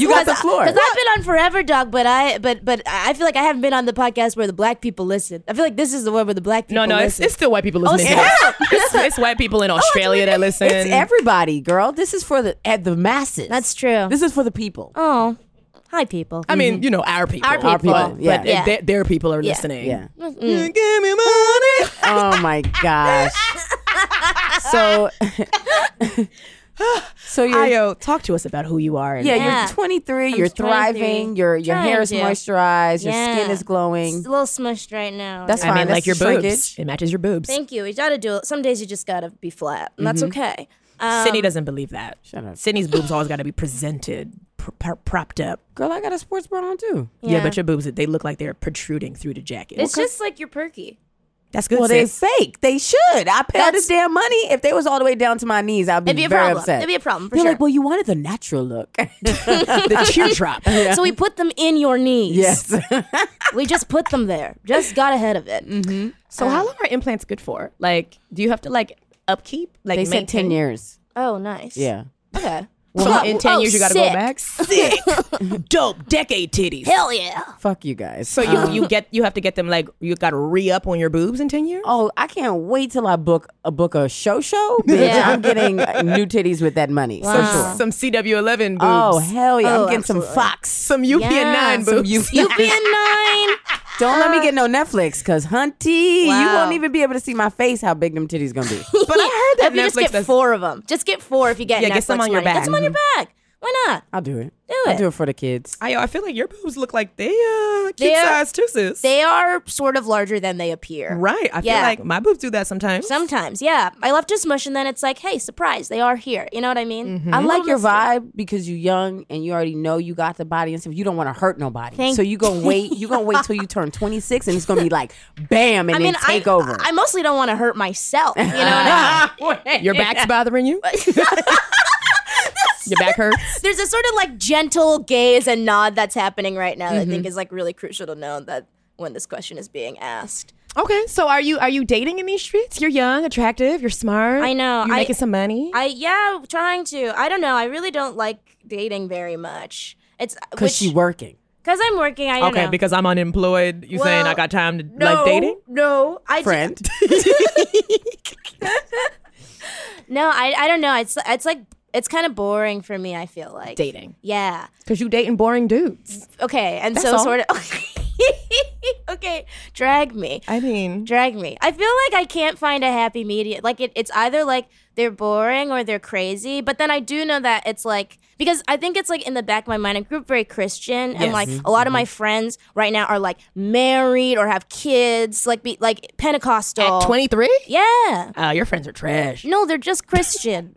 Speaker 3: you got the floor.
Speaker 4: Because I've been on Forever Dog, but I but but I feel like I haven't been on the podcast where the black people listen. I feel like this is the one where the black people
Speaker 2: No, no, it's,
Speaker 4: listen.
Speaker 2: it's still white people listening.
Speaker 4: Oh,
Speaker 2: to this. it's, it's white people in Australia that listen.
Speaker 3: it's everybody, girl. This is for the at the masses.
Speaker 4: That's true.
Speaker 3: This is for the people.
Speaker 4: oh, hi people.
Speaker 2: I mean, you know, our people.
Speaker 4: Our people.
Speaker 3: people, yeah.
Speaker 2: But
Speaker 4: Yeah.
Speaker 2: Their, their people are listening.
Speaker 3: Mm.
Speaker 2: Mm.
Speaker 3: Yeah.
Speaker 2: Give me money.
Speaker 3: Oh my gosh. so, so you're
Speaker 2: Ayo, talk to us about who you are. And
Speaker 3: yeah,
Speaker 4: Yeah.
Speaker 3: you're 23.
Speaker 4: I'm
Speaker 3: you're
Speaker 4: 23.
Speaker 3: thriving. Your your hair
Speaker 4: Trying
Speaker 3: is
Speaker 4: to.
Speaker 3: moisturized. Your
Speaker 4: Yeah.
Speaker 3: skin is glowing.
Speaker 4: It's a little smushed right now.
Speaker 3: That's
Speaker 4: That's
Speaker 3: fine.
Speaker 2: I mean,
Speaker 3: That's
Speaker 2: like your
Speaker 3: just
Speaker 2: boobs.
Speaker 3: shrinkage.
Speaker 2: It matches your boobs.
Speaker 4: Thank you. You gotta do it. Some days you just gotta be flat, and that's okay. Um,
Speaker 2: Sydney doesn't believe that. Shut
Speaker 3: up.
Speaker 2: Sydney's boobs always got to be presented, pr- pr- propped up.
Speaker 3: Girl, I got a sports bra on too.
Speaker 2: Yeah. but your boobs, they look like they're protruding through the jacket.
Speaker 4: It's just like you're perky.
Speaker 2: That's good.
Speaker 3: Well, they
Speaker 2: sis.
Speaker 3: fake. They should. I pay all this
Speaker 4: That's-
Speaker 3: damn money. If they was all the way down to my knees, I'd be,
Speaker 4: It'd be a
Speaker 3: very
Speaker 4: problem.
Speaker 3: upset.
Speaker 4: It'd be a problem for
Speaker 3: They're
Speaker 4: sure.
Speaker 3: like, well, you wanted the natural look.
Speaker 2: the teardrop.
Speaker 4: So we put them in your knees.
Speaker 3: yes.
Speaker 4: We just put them there. Just got ahead of it.
Speaker 2: Mm-hmm. So how long are implants good for? Like, do you have to like upkeep? Like
Speaker 3: they said 10 years.
Speaker 4: Oh, nice.
Speaker 3: Yeah.
Speaker 4: Okay.
Speaker 2: So in ten
Speaker 4: Oh,
Speaker 2: years, you got to go
Speaker 4: sick.
Speaker 2: back. Sick, dope, decade titties.
Speaker 4: Hell yeah.
Speaker 3: Fuck you guys.
Speaker 2: So you you get you have to get them like you got to re up on your boobs in ten years.
Speaker 3: Oh, I can't wait till I book a book a show show. Bitch,
Speaker 4: Yeah.
Speaker 3: I'm getting uh, new titties with that money. So sure.
Speaker 2: Some CW11 boobs.
Speaker 3: Oh hell yeah! I'm
Speaker 4: Oh,
Speaker 3: getting some
Speaker 4: absolutely.
Speaker 3: Fox.
Speaker 2: some UPN9
Speaker 4: Yeah, some
Speaker 2: boobs.
Speaker 3: UPN.
Speaker 4: Being nine.
Speaker 3: Don't let me get no Netflix, cause hunty, you
Speaker 4: Wow.
Speaker 3: won't even be able to see my face. How big them titties gonna be?
Speaker 2: but I heard that
Speaker 4: if you
Speaker 2: Netflix
Speaker 4: just get
Speaker 2: does-
Speaker 4: four of them. Just get four if you get
Speaker 2: Yeah,
Speaker 4: Netflix
Speaker 2: get some on your
Speaker 4: money.
Speaker 2: back. Mm-hmm.
Speaker 4: Get some on your back. Why not?
Speaker 3: I'll do it.
Speaker 4: Do
Speaker 3: I'll
Speaker 4: it.
Speaker 3: do it for the kids.
Speaker 2: I, I feel like your boobs look like they uh cute
Speaker 4: They're-
Speaker 2: size too, sis.
Speaker 4: They are sort of larger than they appear.
Speaker 2: right. I feel
Speaker 4: Yeah.
Speaker 2: like my boobs do that sometimes.
Speaker 4: Sometimes, yeah. I left to smush and then it's like, hey, surprise, they are here. You know what I mean?
Speaker 2: Mm-hmm.
Speaker 3: I like your vibe because you're young and you already know you got the body and stuff. You don't want to hurt nobody,
Speaker 4: Thank
Speaker 3: so you gonna wait. You gonna wait till you turn 26 and it's gonna be like, bam, and
Speaker 4: I mean,
Speaker 3: then take
Speaker 4: I,
Speaker 3: over.
Speaker 4: I mostly don't want to hurt myself. You know what I mean?
Speaker 2: Your back's bothering you. your back hurts.
Speaker 4: There's a sort of like gentle gaze and nod that's happening right now that I
Speaker 2: Mm-hmm.
Speaker 4: think is like really crucial to know that when this question is being asked.
Speaker 2: Okay, so are you are you dating in these streets? You're young, attractive, you're smart.
Speaker 4: I know,
Speaker 2: You're
Speaker 4: I-
Speaker 2: making some money.
Speaker 4: I yeah, trying to. I don't know. I really don't like dating very much. It's
Speaker 3: Cause she working.
Speaker 4: because I'm working. I don't
Speaker 2: okay,
Speaker 4: know.
Speaker 2: because I'm unemployed. You saying I
Speaker 4: Well,
Speaker 2: got time to
Speaker 4: no,
Speaker 2: like dating?
Speaker 4: No, I ju-
Speaker 3: Friend,
Speaker 4: no, I I don't know. It's it's like it's kind of boring for me. I feel like
Speaker 2: Dating.
Speaker 4: Yeah.
Speaker 2: Because you dating boring dudes.
Speaker 4: Okay. And so
Speaker 2: all.
Speaker 4: sort of. okay. Drag me.
Speaker 2: I mean,
Speaker 4: drag me. I feel like I can't find a happy medium. Like it, it's either like they're boring or they're crazy. But then I do know that it's like because I think it's like in the back of my mind, I grew up very Christian, and like a lot of my friends right now are like married or have kids, like be like Pentecostal.
Speaker 2: 23?
Speaker 4: yeah.
Speaker 2: Uh, your friends are trash.
Speaker 4: No, they're just Christian.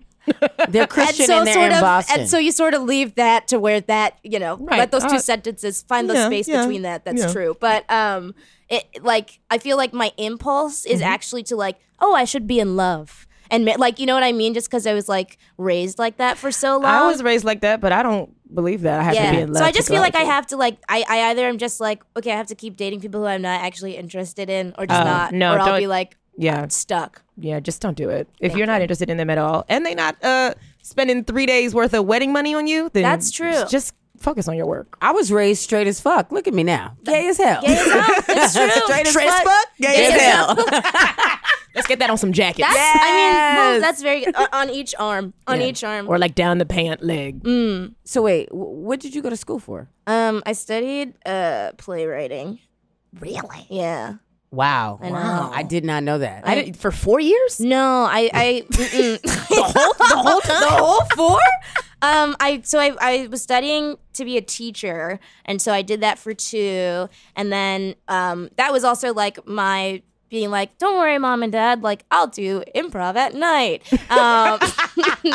Speaker 3: they're Christian and,
Speaker 4: so
Speaker 3: they're
Speaker 4: sort
Speaker 3: in
Speaker 4: of,
Speaker 3: Boston.
Speaker 4: and so you sort of leave that to where that you know,
Speaker 2: Right.
Speaker 4: let those two
Speaker 2: Uh,
Speaker 4: sentences find the
Speaker 2: yeah,
Speaker 4: space
Speaker 2: yeah,
Speaker 4: between that. That's
Speaker 2: yeah.
Speaker 4: true, but um, it like I feel like my impulse
Speaker 2: Mm-hmm.
Speaker 4: is actually to like, oh, I should be in love, and ma- like you know what I mean, just because I was like raised like that for so long.
Speaker 2: I was raised like that, but I don't believe that I have to be in love.
Speaker 4: Um, So I
Speaker 2: to
Speaker 4: just
Speaker 2: go
Speaker 4: feel
Speaker 2: out
Speaker 4: like I
Speaker 2: with you.
Speaker 4: have to like I, I either am just like okay I have to keep dating people who I'm not actually interested in or just
Speaker 2: Oh,
Speaker 4: not
Speaker 2: no,
Speaker 4: or I'll
Speaker 2: don't-
Speaker 4: be like
Speaker 2: Yeah,
Speaker 4: stuck.
Speaker 2: yeah, just don't do it. If you're not interested in them at all, and they not uh spending three days worth of wedding money on you, then
Speaker 4: That's true.
Speaker 2: Just focus on your work.
Speaker 3: I was raised straight as fuck. Look at me now, gay as hell.
Speaker 4: Gay as hell. It's true.
Speaker 3: Straight as
Speaker 4: Straight as
Speaker 3: fuck,
Speaker 4: fuck.
Speaker 3: gay as hell.
Speaker 2: Let's get that on some jackets.
Speaker 4: That's, I mean, well, that's very good. On- on each arm, on each arm.
Speaker 2: or like down the pant leg.
Speaker 4: Mm.
Speaker 3: So wait, wh- what did you go to school for?
Speaker 4: Um, I studied uh playwriting. Really? Yeah.
Speaker 3: Wow.
Speaker 4: I know.
Speaker 3: I did not know that.
Speaker 2: I didn't for four years.
Speaker 4: No, I, I mm-mm. the whole the whole time the whole four. Um, I so I, I was studying to be a teacher, and so I did that for two, and then um, that was also like my being like, don't worry, mom and dad, like I'll do improv at night, um,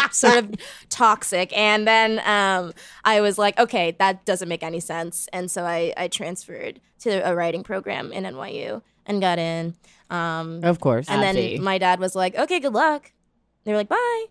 Speaker 4: sort of toxic. And then um, I was like, okay, that doesn't make any sense, and so I I transferred to a writing program in NYU and got in. Um,
Speaker 3: of course.
Speaker 4: and then my dad was like, okay, good luck. They were like, bye.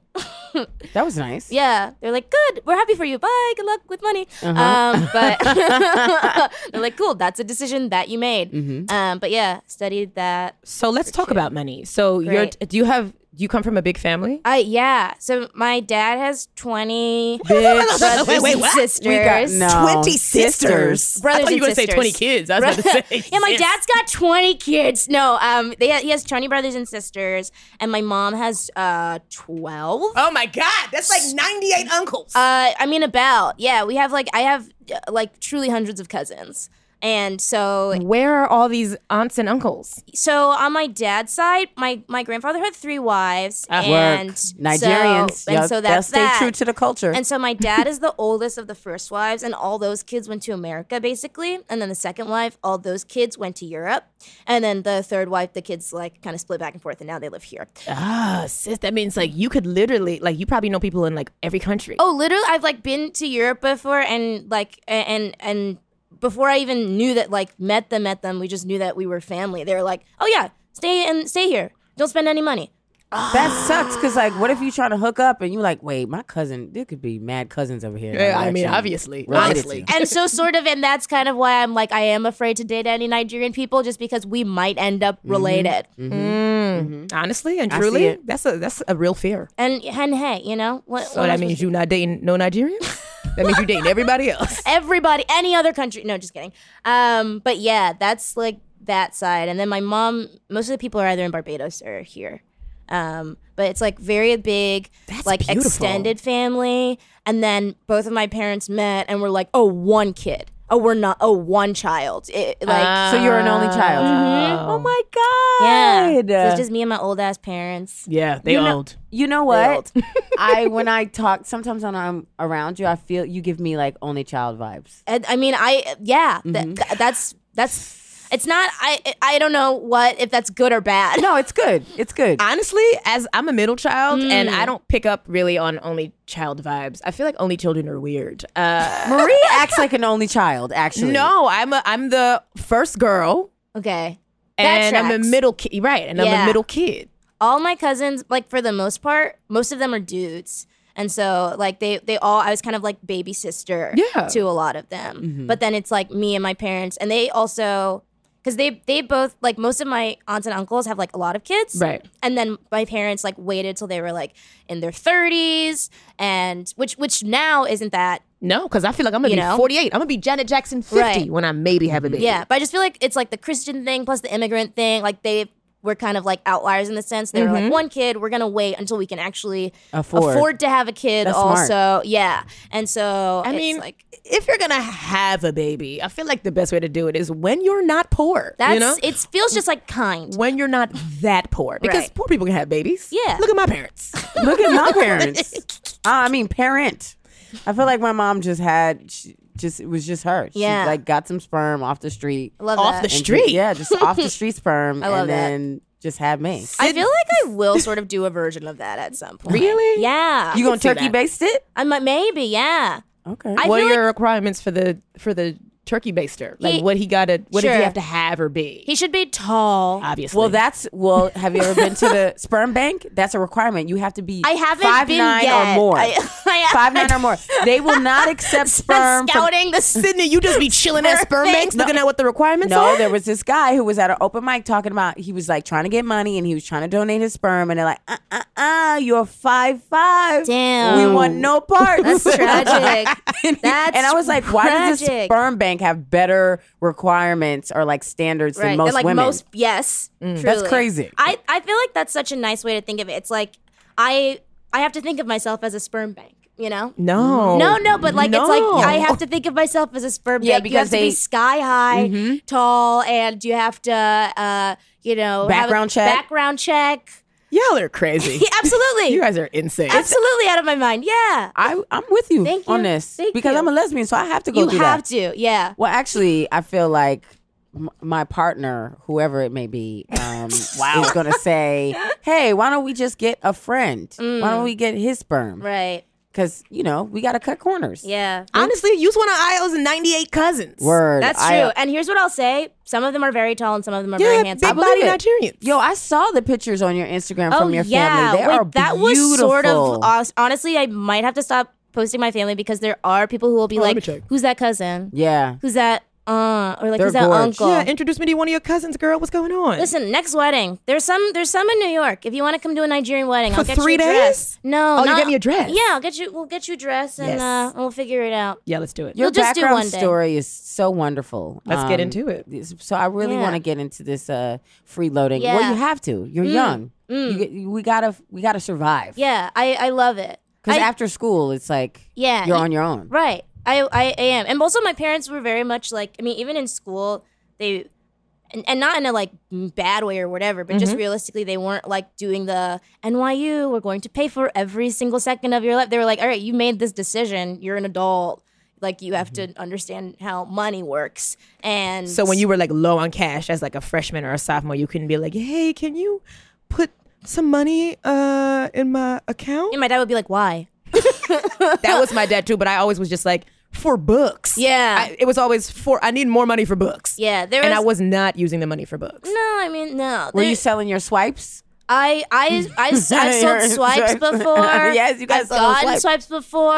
Speaker 3: that was nice.
Speaker 4: yeah. They're like, good. We're happy for you. Bye. Good luck with money. Um, but they're like, cool. That's a decision that you made. Um, but yeah, studied that.
Speaker 2: So let's talk about money. So you're
Speaker 4: Great.
Speaker 2: do you have do you come from a big family?
Speaker 4: I yeah. So my dad has 20 brothers and sisters.
Speaker 3: We got no.
Speaker 8: 20 sisters.
Speaker 2: Um,
Speaker 4: Brothers
Speaker 2: I thought you
Speaker 4: and
Speaker 2: were gonna say
Speaker 4: sisters.
Speaker 2: 20 kids. I was about to say.
Speaker 4: yeah, my dad's got 20 kids. No, um, they ha- he has 20 brothers and sisters, and my mom has uh 12.
Speaker 8: Oh my God, that's like 98 uncles.
Speaker 4: Uh, I mean, about yeah. We have like I have uh, like truly hundreds of cousins, and so
Speaker 2: Where are all these aunts and uncles?
Speaker 4: so on my dad's side, my my grandfather had three wives and
Speaker 3: Work. Nigerians.
Speaker 4: So, and
Speaker 3: Yup, they'll
Speaker 4: so that's
Speaker 3: stay
Speaker 4: that.
Speaker 3: true to the culture.
Speaker 4: And so my dad is the oldest of the first wives, and all those kids went to America basically. And then the second wife, all those kids went to Europe. And then the third wife, the kids like kind of split back and forth, and now they live here.
Speaker 2: Ah, sis, that means like you could literally like you probably know people in like every country.
Speaker 4: Oh, literally, I've like been to Europe before, and like, a- and and before I even knew that, like, met them, met them, we just knew that we were family. They were like, "Oh yeah, stay and stay here. Don't spend any money."
Speaker 3: That sucks because, like, what if you trying to hook up and you like, wait, my cousin, there could be mad cousins over here. that
Speaker 2: Yeah, I mean,
Speaker 3: actually
Speaker 2: obviously.
Speaker 3: related to
Speaker 2: Honestly.
Speaker 3: you.
Speaker 4: And so, sort of, and that's kind of why I'm like, I am afraid to date any Nigerian people, just because we might end up related.
Speaker 2: Mm. Mm-hmm. Honestly and
Speaker 3: see
Speaker 2: truly,
Speaker 3: it.
Speaker 2: that's a that's a real fear.
Speaker 4: And and hey, you know what?
Speaker 2: So
Speaker 4: what am
Speaker 2: that
Speaker 4: I supposed
Speaker 2: means
Speaker 4: to-
Speaker 2: Oh, you not dating no Nigerians. that means you dating everybody else.
Speaker 4: everybody, any other country. No, just kidding. Um, but yeah, that's like that side. And then my mom, most of the people are either in Barbados or here. Um, but it's like very big, like
Speaker 2: beautiful.
Speaker 4: extended family. And then both of my parents met and were like, oh, one kid. Oh, we're not. Oh, one child. It, like,
Speaker 3: So you're an only child.
Speaker 4: Mm.
Speaker 3: Oh my
Speaker 4: yeah.
Speaker 3: god.
Speaker 4: So it's just me and my old ass parents.
Speaker 2: Yeah, they old.
Speaker 3: you know what? I when I talk sometimes when I'm around you, I feel you give me like only child vibes.
Speaker 4: And, I mean, I yeah. Th- th- that's that's. It's not. I I don't know what if that's good or bad.
Speaker 3: No, it's good. It's good.
Speaker 2: Honestly, as I'm a middle child and I don't pick up really on only child vibes. I feel like only children are weird. Uh,
Speaker 3: Marie acts like an only child. Actually,
Speaker 2: no, I'm a, I'm the first girl
Speaker 4: Okay.
Speaker 2: and
Speaker 4: that
Speaker 2: I'm a
Speaker 4: tracks.
Speaker 2: middle kid, right? And I'm a
Speaker 4: Yeah.
Speaker 2: middle kid.
Speaker 4: all my cousins, like for the most part, most of them are dudes. And so like they they all I was kind of like baby sister
Speaker 2: Yeah. Mm-hmm.
Speaker 4: to a lot of them. But then it's like me and my parents and they also cuz they they both like most of my aunts and uncles have like a lot of kids.
Speaker 2: Right.
Speaker 4: And then my parents like waited till they were like in their 30s and which which now isn't that
Speaker 2: No, because I feel like I'm gonna
Speaker 4: You
Speaker 2: be
Speaker 4: know?
Speaker 2: 48. I'm gonna be Janet Jackson 50
Speaker 4: Right.
Speaker 2: when I maybe have a baby.
Speaker 4: Yeah, but I just feel like it's like the Christian thing plus the immigrant thing. Like they were kind of like outliers in the sense they were like one kid. We're gonna wait until we can actually
Speaker 3: Mm-hmm. Afford.
Speaker 4: to have a kid.
Speaker 3: That's
Speaker 4: also,
Speaker 3: smart.
Speaker 4: yeah, and so
Speaker 2: I
Speaker 4: it's
Speaker 2: mean,
Speaker 4: like
Speaker 2: if you're gonna have a baby, I feel like the best way to do it is when you're not poor.
Speaker 4: that's
Speaker 2: you know?
Speaker 4: it. Feels just like kind.
Speaker 2: when you're not that poor, because
Speaker 4: Right.
Speaker 2: poor people can have babies.
Speaker 4: Yeah.
Speaker 2: look at my parents.
Speaker 3: Look at my parents. Ah, I mean, parent. I feel like my mom just had, she, just it was just her. She,
Speaker 4: Yeah.
Speaker 3: like got some sperm off the street.
Speaker 4: I love
Speaker 2: off
Speaker 4: that.
Speaker 2: the
Speaker 3: And she-
Speaker 2: street.
Speaker 3: yeah, just off the street sperm.
Speaker 4: love
Speaker 3: and
Speaker 4: that.
Speaker 3: then just had me.
Speaker 4: I feel like I will sort of do a version of that at some point.
Speaker 2: Really?
Speaker 4: Yeah.
Speaker 3: You gonna turkey baste it?
Speaker 4: I might maybe. Yeah.
Speaker 3: Okay.
Speaker 2: what
Speaker 4: I feel
Speaker 2: are
Speaker 4: like-
Speaker 2: your requirements for the for the turkey baster? Like
Speaker 4: He-
Speaker 2: what he gotta what does he
Speaker 4: Sure.
Speaker 2: have to have or be?
Speaker 4: He should be tall.
Speaker 2: Obviously.
Speaker 3: well, that's well. Have you ever been to the sperm bank? That's a requirement. You have to be
Speaker 4: I haven't
Speaker 3: five
Speaker 4: been
Speaker 3: nine
Speaker 4: yet.
Speaker 3: or more.
Speaker 4: I- I-
Speaker 3: five nine or more. They will not accept sperm. from-
Speaker 4: I'm scouting the
Speaker 2: Sydney, you just be chilling at sperm
Speaker 4: Perfect.
Speaker 2: banks looking at what the requirements
Speaker 3: No,
Speaker 2: are.
Speaker 3: there was this guy who was at an open mic talking about he was like trying to get money and he was trying to donate his sperm and they're like, uh uh uh, you're five five.
Speaker 4: Damn.
Speaker 3: We want no parts.
Speaker 4: That's tragic.
Speaker 3: and,
Speaker 4: That's
Speaker 3: and I was like, why does this
Speaker 4: tragic.
Speaker 3: sperm bank think have better requirements or like standards than
Speaker 4: Right.
Speaker 3: most
Speaker 4: They're like
Speaker 3: women.
Speaker 4: most yes.
Speaker 3: Mm.
Speaker 4: Truly.
Speaker 3: That's crazy.
Speaker 4: I, I feel like that's such a nice way to think of it. It's like I I have to think of myself as a sperm bank, you know?
Speaker 2: No.
Speaker 4: No, no, but like it's
Speaker 2: No.
Speaker 4: like I have to think of myself as a sperm
Speaker 3: Yeah,
Speaker 4: bank. you have
Speaker 3: because
Speaker 4: to
Speaker 3: they-
Speaker 4: be sky high,
Speaker 3: Mhm.
Speaker 4: tall, and you have to uh, you know have a
Speaker 2: Background check.
Speaker 4: Background check.
Speaker 2: Y'all are crazy.
Speaker 4: Yeah, absolutely.
Speaker 2: you guys are insane.
Speaker 4: Absolutely out of my mind. Yeah.
Speaker 3: I, I'm with you
Speaker 4: Thank you.
Speaker 3: on this
Speaker 4: Thank
Speaker 3: because
Speaker 4: you.
Speaker 3: I'm a lesbian, so I have to go
Speaker 4: you
Speaker 3: through
Speaker 4: have
Speaker 3: that.
Speaker 4: to, yeah.
Speaker 3: Well, actually, I feel like m- my partner, whoever it may be, um, is going to say, "Hey, why don't we just get a friend? Why don't we get his sperm?
Speaker 4: Mm. Right.
Speaker 3: Because you know we got to cut corners."
Speaker 4: Yeah.
Speaker 2: Honestly, you one of IO's 98 cousins.
Speaker 3: Word.
Speaker 4: That's true.
Speaker 3: I- uh,
Speaker 4: and here's what I'll say: some of them are very tall, and some of them are
Speaker 2: uh, Yeah,
Speaker 4: very
Speaker 2: big
Speaker 4: handsome.
Speaker 2: body
Speaker 3: believe
Speaker 2: Nigerians.
Speaker 3: Yo, I saw the pictures on your Instagram from your family. They
Speaker 4: Oh, Wait,
Speaker 3: are
Speaker 4: that
Speaker 3: beautiful.
Speaker 4: was sort of hon- honestly. I might have to stop posting my family because there are people who will be
Speaker 2: Oh, let me
Speaker 4: like,
Speaker 2: check.
Speaker 4: "Who's that cousin?
Speaker 3: Yeah.
Speaker 4: Who's that aunt? Or like,
Speaker 3: They're
Speaker 4: who's that
Speaker 3: gorgeous.
Speaker 4: uncle?"
Speaker 2: Yeah, introduce me to one of your cousins, girl. What's going on?
Speaker 4: Listen, next wedding. There's some. There's some in New York. If you want to come to a Nigerian wedding,
Speaker 2: For
Speaker 4: I'll get
Speaker 2: three
Speaker 4: you a
Speaker 2: days?
Speaker 4: dress. No,
Speaker 2: Oh, you
Speaker 4: not-
Speaker 2: get me a dress?
Speaker 4: Yeah, I'll get you. We'll get you a dress, and
Speaker 2: Yes.
Speaker 4: uh, we'll figure it out.
Speaker 2: yeah, let's do it.
Speaker 3: Your
Speaker 4: We'll just do
Speaker 3: background
Speaker 4: one day.
Speaker 3: story is so wonderful. Um,
Speaker 2: Let's get into it.
Speaker 3: this- So I really
Speaker 4: Yeah.
Speaker 3: want to get into this uh, freeloading. Well,
Speaker 4: Yeah. Mm.
Speaker 3: you have to. You're young. You get, we gotta we gotta survive.
Speaker 4: Yeah, I I love it.
Speaker 3: Because
Speaker 4: I-
Speaker 3: after school, it's like
Speaker 4: Yeah,
Speaker 3: you're
Speaker 4: you-
Speaker 3: on your own.
Speaker 4: Right. I, I I am. And also my parents were very much like I mean, even in school, they and, and not in a like bad way or whatever, but
Speaker 2: Mm-hmm.
Speaker 4: just realistically they weren't like doing the NYU, we're going to pay for every single second of your life. They were like, All right, you made this decision, you're an adult. Like you have to understand how money works. And
Speaker 2: Mm-hmm. So when you were like low on cash as like a freshman or a sophomore, you couldn't be like, "Hey, can you put some money uh in my account?"
Speaker 4: and my dad would be like, Why?
Speaker 2: that was my dad too, but I always was just like for books.
Speaker 4: Yeah.
Speaker 2: I, it was always for I need more money for books.
Speaker 4: Yeah, there
Speaker 2: and
Speaker 4: was-
Speaker 2: I was not using the money for books.
Speaker 4: No, I mean no.
Speaker 3: Were
Speaker 4: There-
Speaker 3: you selling your swipes?
Speaker 4: I I I have
Speaker 3: You're
Speaker 4: sold
Speaker 3: in
Speaker 4: swipes
Speaker 3: swipes.
Speaker 4: before.
Speaker 3: Yes, you guys
Speaker 4: I've
Speaker 3: sold
Speaker 4: gotten
Speaker 3: swipes.
Speaker 4: swipes. before.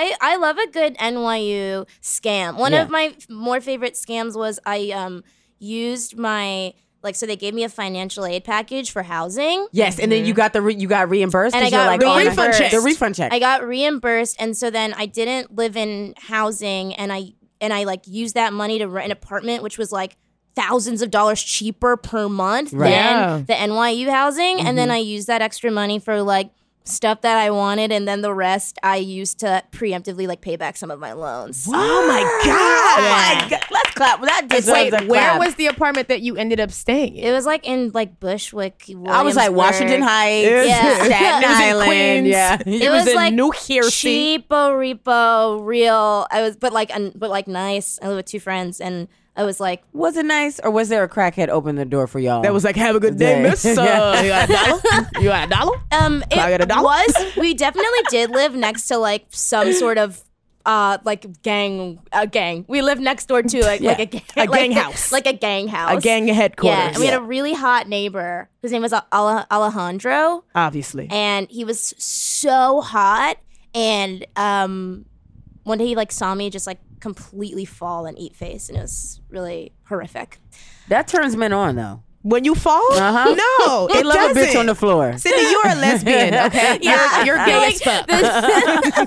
Speaker 4: I I love a good NYU scam. One
Speaker 3: Yeah.
Speaker 4: of my f- more favorite scams was I um used my like so they gave me a financial aid package for housing.
Speaker 3: Yes, and then you got the re- you got reimbursed.
Speaker 4: Mm-hmm. And I
Speaker 3: 'cause you're like,
Speaker 4: got The
Speaker 3: oh, my-
Speaker 2: refund check.
Speaker 3: The refund check.
Speaker 4: I got reimbursed, and so then I didn't live in housing, and I and I like used that money to rent an apartment, which was like thousands of dollars cheaper per month
Speaker 3: Right. Mm-hmm.
Speaker 2: Yeah.
Speaker 4: than the NYU housing, and then I used that extra money for like stuff that I wanted, and then the rest I used to preemptively like pay back some of my loans.
Speaker 2: Oh my
Speaker 3: Oh
Speaker 2: god!
Speaker 3: my God. Let's clap. That deserves
Speaker 2: Wait,
Speaker 3: a
Speaker 2: where
Speaker 3: clap.
Speaker 2: was the apartment that you ended up staying? in?
Speaker 4: It was like in like Bushwick.
Speaker 3: I was like
Speaker 4: Williamsburg.
Speaker 3: Washington Heights,
Speaker 2: Is
Speaker 4: it-
Speaker 3: Staten
Speaker 4: It was in
Speaker 3: Island.
Speaker 2: Queens.
Speaker 3: Yeah,
Speaker 2: It
Speaker 4: It
Speaker 2: was
Speaker 4: was,
Speaker 2: in
Speaker 4: like
Speaker 2: New Jersey.
Speaker 4: cheapo repo, real. I was, but like, and but like nice. I live with two friends, and I was like,
Speaker 3: was it nice or was there a crackhead open the door for y'all?
Speaker 2: That was like, "Have a good day,
Speaker 3: Yeah.
Speaker 2: miss." Uh, you got a dollar? You got a dollar?
Speaker 4: um, it
Speaker 2: I get a dollar?
Speaker 4: was. We definitely did live next to like some sort of. Uh, like gang, a gang. We lived next door to a, like
Speaker 2: A
Speaker 4: a gang,
Speaker 2: gang
Speaker 4: like the-
Speaker 2: house.
Speaker 4: like a gang house,
Speaker 2: A gang headquarters.
Speaker 4: Yeah, and we had a really hot neighbor whose name was Al- Al- Alejandro.
Speaker 2: Obviously.
Speaker 4: and he was so hot and um one day he like saw me just like completely fall and eat face and it was really horrific
Speaker 3: that turns men on though.
Speaker 2: when you fall,
Speaker 3: Uh-huh.
Speaker 2: no,
Speaker 3: They
Speaker 2: it
Speaker 3: love a bitch
Speaker 2: doesn't.
Speaker 3: on the floor.
Speaker 2: Cindy, you're a lesbian, okay? You're, you're gay as fuck.
Speaker 4: there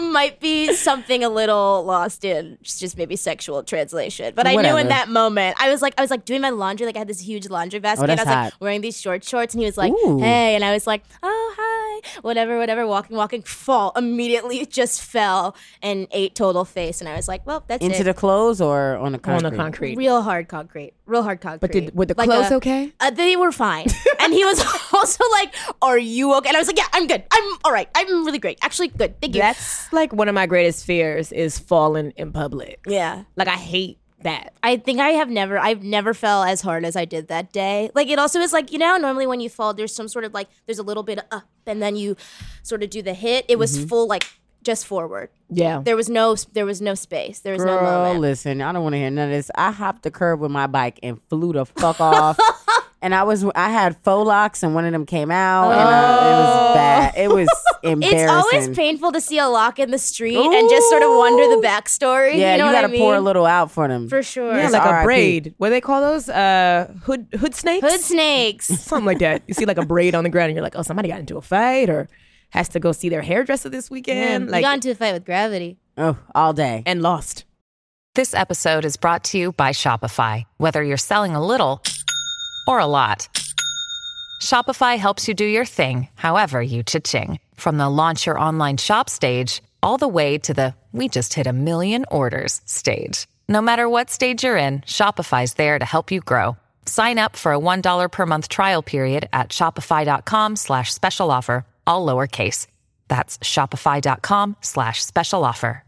Speaker 4: might be something a little lost in just just maybe sexual translation but i knew
Speaker 3: Whatever.
Speaker 4: in that moment i was like i was like doing my laundry like i had this huge laundry basket and
Speaker 3: Oh, that's
Speaker 4: i was
Speaker 3: hot.
Speaker 4: like wearing these short shorts and he was like
Speaker 3: Ooh.
Speaker 4: hey and i was like oh hi whatever whatever walking walking fall immediately just fell and ate total face and i was like well that's
Speaker 3: Into
Speaker 4: it.
Speaker 3: the clothes or on the
Speaker 2: On
Speaker 3: concrete?
Speaker 2: the concrete.
Speaker 4: Real hard concrete. Real hard concrete. But
Speaker 2: did- were the clothes okay?
Speaker 4: Uh, they were fine. and he was also like, "Are you okay?" And I was like, "Yeah, I'm good. I'm all right. I'm really great. Actually, good. Thank you."
Speaker 2: That's like one of my greatest fears is falling in public.
Speaker 4: yeah.
Speaker 2: Like I hate that.
Speaker 4: I think I have never, I've never fell as hard as I did that day. Like it also is like you know, how normally when you fall, there's some sort of like there's a little bit of up, and then you sort of do the hit. It was full like just forward.
Speaker 2: Yeah.
Speaker 4: There was no, there was no space. There was no
Speaker 3: Girl,
Speaker 4: moment.
Speaker 3: listen, I don't want to hear none of this. I hopped the curb with my bike and flew the fuck off. And I was I had faux locks and one of them came out and I, it was bad. It was embarrassing.
Speaker 4: Oh. It's always painful to see a lock in the street and just sort of wonder the backstory.
Speaker 3: Yeah,
Speaker 4: you,
Speaker 3: you,
Speaker 4: know what
Speaker 3: gotta
Speaker 4: I mean?
Speaker 3: pour a little out for them.
Speaker 4: For sure.
Speaker 2: Yeah,
Speaker 3: It's
Speaker 2: like a
Speaker 3: RIP.
Speaker 2: braid. What do they call those? Uh, hood hood snakes.
Speaker 4: Hood snakes.
Speaker 2: Something like that. You see like a braid on the ground, and you're like, oh, somebody got into a fight or has to go see their hairdresser this weekend.
Speaker 4: we
Speaker 2: like
Speaker 4: got into a fight with gravity.
Speaker 3: Oh, all day.
Speaker 2: and lost.
Speaker 9: This episode is brought to you by Shopify. Whether you're selling a little or a lot, Shopify helps you do your thing, however you cha-ching. From the launch your online shop stage, all the way to the we just hit a million orders stage. No matter what stage you're in, Shopify's there to help you grow. Sign up for a $1 per month trial period at shopify.com slash special offer, all lowercase. That's shopify.com slash special offer.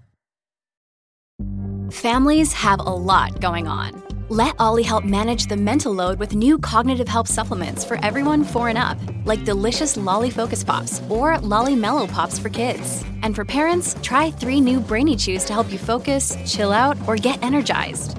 Speaker 10: Families have a lot going on. Let Ollie help manage the mental load with new cognitive help supplements for everyone four and up, like delicious Lolly Focus Pops or Lolly Mellow Pops for kids. And for parents, try three new Brainy Chews to help you focus, chill out, or get energized.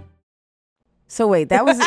Speaker 3: So wait, that was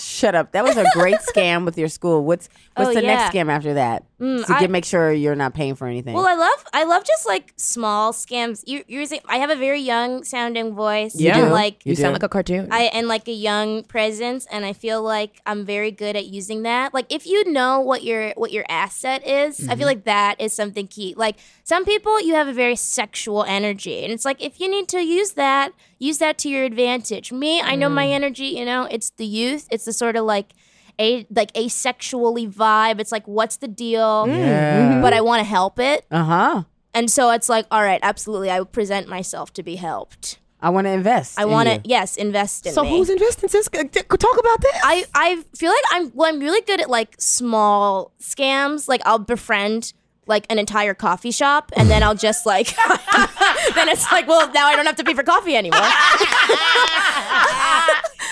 Speaker 3: shut up. That was a great scam with your school. What's what's
Speaker 4: Oh,
Speaker 3: the
Speaker 4: yeah.
Speaker 3: next scam after that?
Speaker 4: Mm,
Speaker 3: to
Speaker 4: I-
Speaker 3: get, make sure you're not paying for anything.
Speaker 4: Well, I love I love just like small scams. You, you're using, I have a very young sounding voice.
Speaker 3: You
Speaker 4: and,
Speaker 3: do.
Speaker 4: like
Speaker 3: You You sound do. like a
Speaker 2: cartoon.
Speaker 4: I and like a young presence, and I feel like I'm very good at using that. Like if you know what your what your asset is, I
Speaker 3: Mm-hmm.
Speaker 4: feel
Speaker 11: Mhm.
Speaker 4: like that is something key. Like some people, you have a very sexual energy, and it's like if you need to use that, use that to your advantage. Me, I know
Speaker 3: Mm.
Speaker 4: my energy. You know, it's the youth. It's the sort of like. A, like asexually vibe. It's like, what's the deal? Mm-hmm.
Speaker 3: Yeah. Mm-hmm.
Speaker 4: But I want to help it.
Speaker 3: uh huh.
Speaker 4: And so it's like, all right, absolutely, I would present myself to be helped.
Speaker 3: I want to invest.
Speaker 4: I
Speaker 3: in
Speaker 4: want
Speaker 3: you.
Speaker 4: to, yes, invest in
Speaker 2: So
Speaker 4: me.
Speaker 2: who's investing? Sis, talk about this.
Speaker 4: I, I feel like I'm, well, I'm really good at like small scams. Like I'll befriend like an entire coffee shop and then I'll just like, then it's like, well, now I don't have to pay for coffee anymore.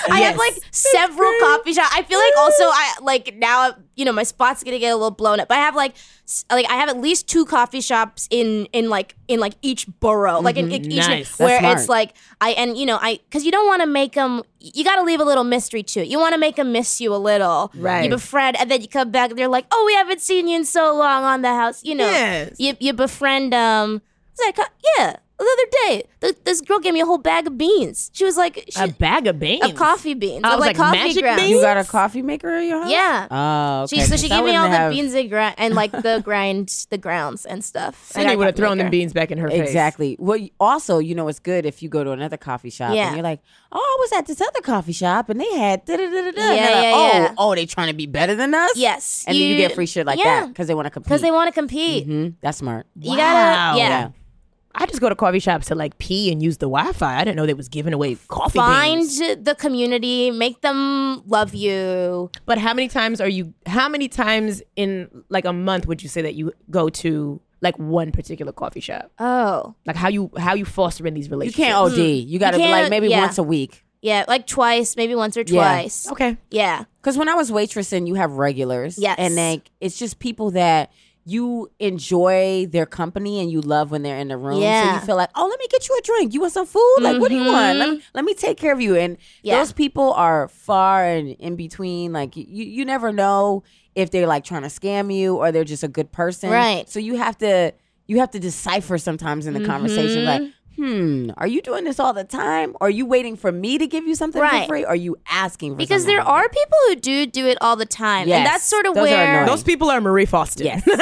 Speaker 4: I have like several coffee shops. I feel like also I like now you know my spot's gonna get a little blown up. But I have like s- like I have at least two coffee shops in in like in like each borough, like in, in
Speaker 11: Mhm.
Speaker 4: each
Speaker 11: Nice. That's
Speaker 4: where
Speaker 11: smart.
Speaker 4: it's like I and you know I because you don't want to make them. You got to leave a little mystery to it. You want to make them miss you a little.
Speaker 11: Right.
Speaker 4: You befriend and then you come back and they're like, oh, we haven't seen you in so long on the house. You know.
Speaker 11: Yes.
Speaker 4: You you befriend um. was that a co- Yeah. The other day, th- this girl gave me a whole bag of beans. She was like, she,
Speaker 2: A bag of beans.
Speaker 4: of coffee beans.
Speaker 2: I was
Speaker 4: of, like,
Speaker 2: like,
Speaker 4: coffee
Speaker 2: magic
Speaker 4: grounds.
Speaker 2: beans? You got
Speaker 3: a coffee maker at your house?
Speaker 4: Yeah.
Speaker 3: Oh, okay.
Speaker 4: Uh, She, so she
Speaker 3: 'cause I
Speaker 4: gave me all
Speaker 3: wouldn't
Speaker 4: the
Speaker 3: have-
Speaker 4: beans and, grind and like the grind, the grounds and stuff. And I
Speaker 2: would have
Speaker 4: coffee
Speaker 2: thrown them
Speaker 4: maker.
Speaker 2: beans back in her face.
Speaker 3: Exactly. Well, you- also, you know, it's good if you go to another coffee shop
Speaker 4: Yeah.
Speaker 3: and you're like, oh, I was at this other coffee shop and they had da da da da da.
Speaker 4: Yeah, yeah,
Speaker 3: oh,
Speaker 4: yeah.
Speaker 3: oh, they trying to be better than us?
Speaker 4: Yes.
Speaker 3: And then you get free shit like that because they want to compete.
Speaker 4: because they want to compete.
Speaker 3: hmm That's smart.
Speaker 4: You gotta, yeah.
Speaker 2: I just go to coffee shops to like pee and use the Wi Fi. I didn't know they was giving away coffee
Speaker 4: Find
Speaker 2: beans.
Speaker 4: the community, make them love you.
Speaker 2: But how many times are you? How many times in like a month would you say that you go to like one particular coffee shop?
Speaker 4: Oh,
Speaker 2: Like how you how you foster in these relationships?
Speaker 3: can't OD. You gotta, You like, can't- maybe yeah. once a week.
Speaker 4: yeah, like twice, maybe once or
Speaker 3: Yeah.
Speaker 4: twice.
Speaker 2: Okay.
Speaker 4: Yeah.
Speaker 3: Because when I was waitressing, you have regulars.
Speaker 4: Yes.
Speaker 3: And like, it's just people that you enjoy their company and you love when they're in the room. So
Speaker 4: Yeah.
Speaker 3: you feel like, oh, let me get you a drink. You want some food? Like, what do you want? Let
Speaker 4: Mhm.
Speaker 3: me, let me take care of you. And
Speaker 4: Yeah.
Speaker 3: those people are far and in between. Like, you, you never know if they're like trying to scam you or they're just a good person.
Speaker 4: Right.
Speaker 3: So you have to, you have to decipher sometimes in the conversation.
Speaker 4: Mhm.
Speaker 3: Like, hmm, are you doing this all the time? Are you waiting for me to give you something for
Speaker 4: Right.
Speaker 3: free? are you asking for
Speaker 4: Because there are people who do do it all the time, and
Speaker 3: Yes.
Speaker 4: that's sort of
Speaker 3: Those are
Speaker 4: where
Speaker 3: annoying.
Speaker 2: Those people are Marie Foster. Yes.
Speaker 4: it's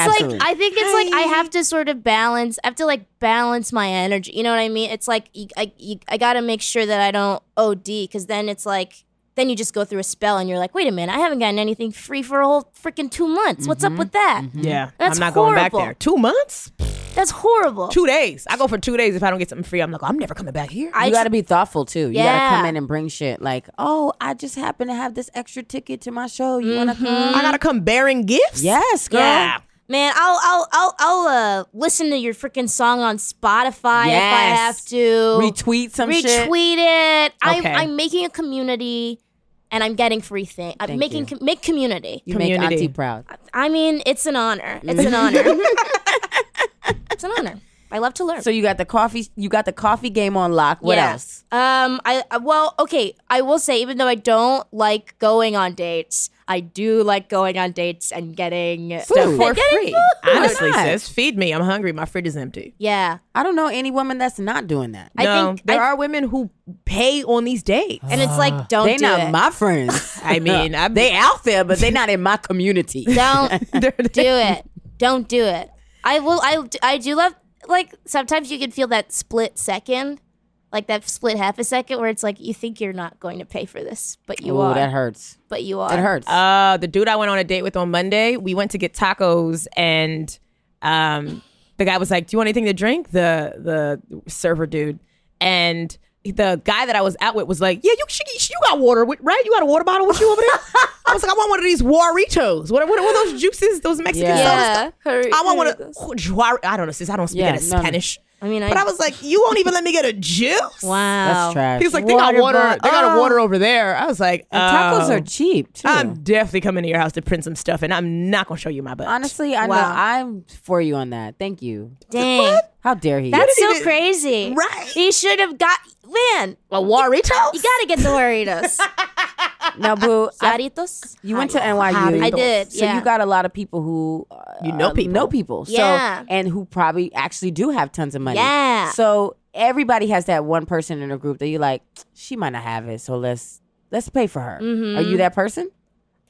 Speaker 2: Absolutely.
Speaker 4: like I think it's like I have to sort of balance. I have to like balance my energy. You know what I mean? It's like you, I you, I gotta make sure that I don't OD because then it's like then you just go through a spell and you're like, wait a minute, I haven't gotten anything free for a whole freaking two months. What's up with that?
Speaker 2: Yeah.
Speaker 4: That's
Speaker 2: I'm not
Speaker 4: horrible.
Speaker 2: going back there. Two months?
Speaker 4: That's horrible.
Speaker 2: Two days. I go for two days if I don't get something free. I'm like, "Oh, I'm never coming back here.
Speaker 3: you got to be thoughtful too. You got
Speaker 2: Yeah.
Speaker 3: to come in and bring shit like, oh, I just happen to have this extra ticket to my show. You want to come?
Speaker 2: I gotta come bearing gifts.
Speaker 3: Yes, girl.
Speaker 4: Yeah. Man, I'll I'll I'll I'll uh, listen to your freaking song on Spotify if I
Speaker 3: Yes.
Speaker 4: have to.
Speaker 3: Retweet some shit.
Speaker 4: Retweet it. I'm
Speaker 3: Okay.
Speaker 4: I'm making a community, and I'm getting free thing. I'm
Speaker 3: Thank
Speaker 4: making
Speaker 3: you.
Speaker 4: com- make community.
Speaker 3: You make auntie proud.
Speaker 4: I mean, it's an honor. It's an honor. it's an honor. I love to learn.
Speaker 3: So you got the coffee. You got the coffee game on lock. What
Speaker 4: Yeah.
Speaker 3: else?
Speaker 4: Um, I I- well, okay. I will say, even though I don't like going on dates, I do like going on dates and getting
Speaker 2: Stuff for
Speaker 4: Getting
Speaker 2: free.
Speaker 4: food.
Speaker 2: Honestly,
Speaker 3: not?
Speaker 2: sis, feed me. I'm hungry. My fridge is empty.
Speaker 4: Yeah.
Speaker 3: I don't know any woman that's not doing that.
Speaker 2: I No, think- there I- are women who pay on these dates,
Speaker 4: and it's like don't.
Speaker 3: they
Speaker 4: do
Speaker 3: not
Speaker 4: it.
Speaker 3: my friends.
Speaker 2: I mean, I'm-
Speaker 3: they out there, but they not in my community.
Speaker 4: Don't do it. Don't do it. I will. I I do love like sometimes you can feel that split second, like that split half a second where it's like you think you're not going to pay for this, but you
Speaker 2: Ooh,
Speaker 4: are.
Speaker 2: that
Speaker 3: hurts.
Speaker 4: But you are.
Speaker 2: Uh, the dude I went on a date with on Monday, we went to get tacos, and um, the guy was like, "Do you want anything to drink?" The the server dude, and the guy that I was out with was like, "Yeah, you she, she- you got water, with- right? You got a water bottle with you over there?" I was like, "I want one of these Juaritos. What are- what, are- what are those juices? Those Mexican
Speaker 8: Yeah.
Speaker 2: sodas?
Speaker 8: Yeah, hurry-
Speaker 2: I want one
Speaker 8: hurry
Speaker 2: of Juari. I don't know, sis. I don't speak
Speaker 8: Yeah,
Speaker 2: any
Speaker 8: no, no.
Speaker 2: Spanish."
Speaker 4: I mean,
Speaker 2: but I was like, you won't even let me get a juice.
Speaker 3: That's
Speaker 4: Wow,
Speaker 3: trash.
Speaker 2: He was Oh. like, they got
Speaker 3: Water
Speaker 2: water.
Speaker 3: bot-
Speaker 2: they got Oh.
Speaker 3: oh.
Speaker 2: a water over there. I was like,
Speaker 3: And tacos are cheap.
Speaker 2: I'm definitely coming to your house to print some stuff, and I'm not gonna show you my butt.
Speaker 3: Honestly, I know I'm for you on that. Thank you.
Speaker 4: Dang.
Speaker 3: How dare he?
Speaker 4: That's so crazy. Right. He should have got man.
Speaker 2: A Warritos?
Speaker 4: You, gotta get the Warritos.
Speaker 3: Now, boo, I-
Speaker 4: Doritos?
Speaker 3: you went to NYU.
Speaker 4: I did,
Speaker 3: So
Speaker 4: yeah.
Speaker 3: you got a lot of people who uh,
Speaker 2: You know people.
Speaker 3: know people. So
Speaker 4: Yeah.
Speaker 3: and who probably actually do have tons of money.
Speaker 4: Yeah.
Speaker 3: So everybody has that one person in a group that you're like, she might not have it, so let's let's pay for her.
Speaker 4: Mhm.
Speaker 3: Are you that person?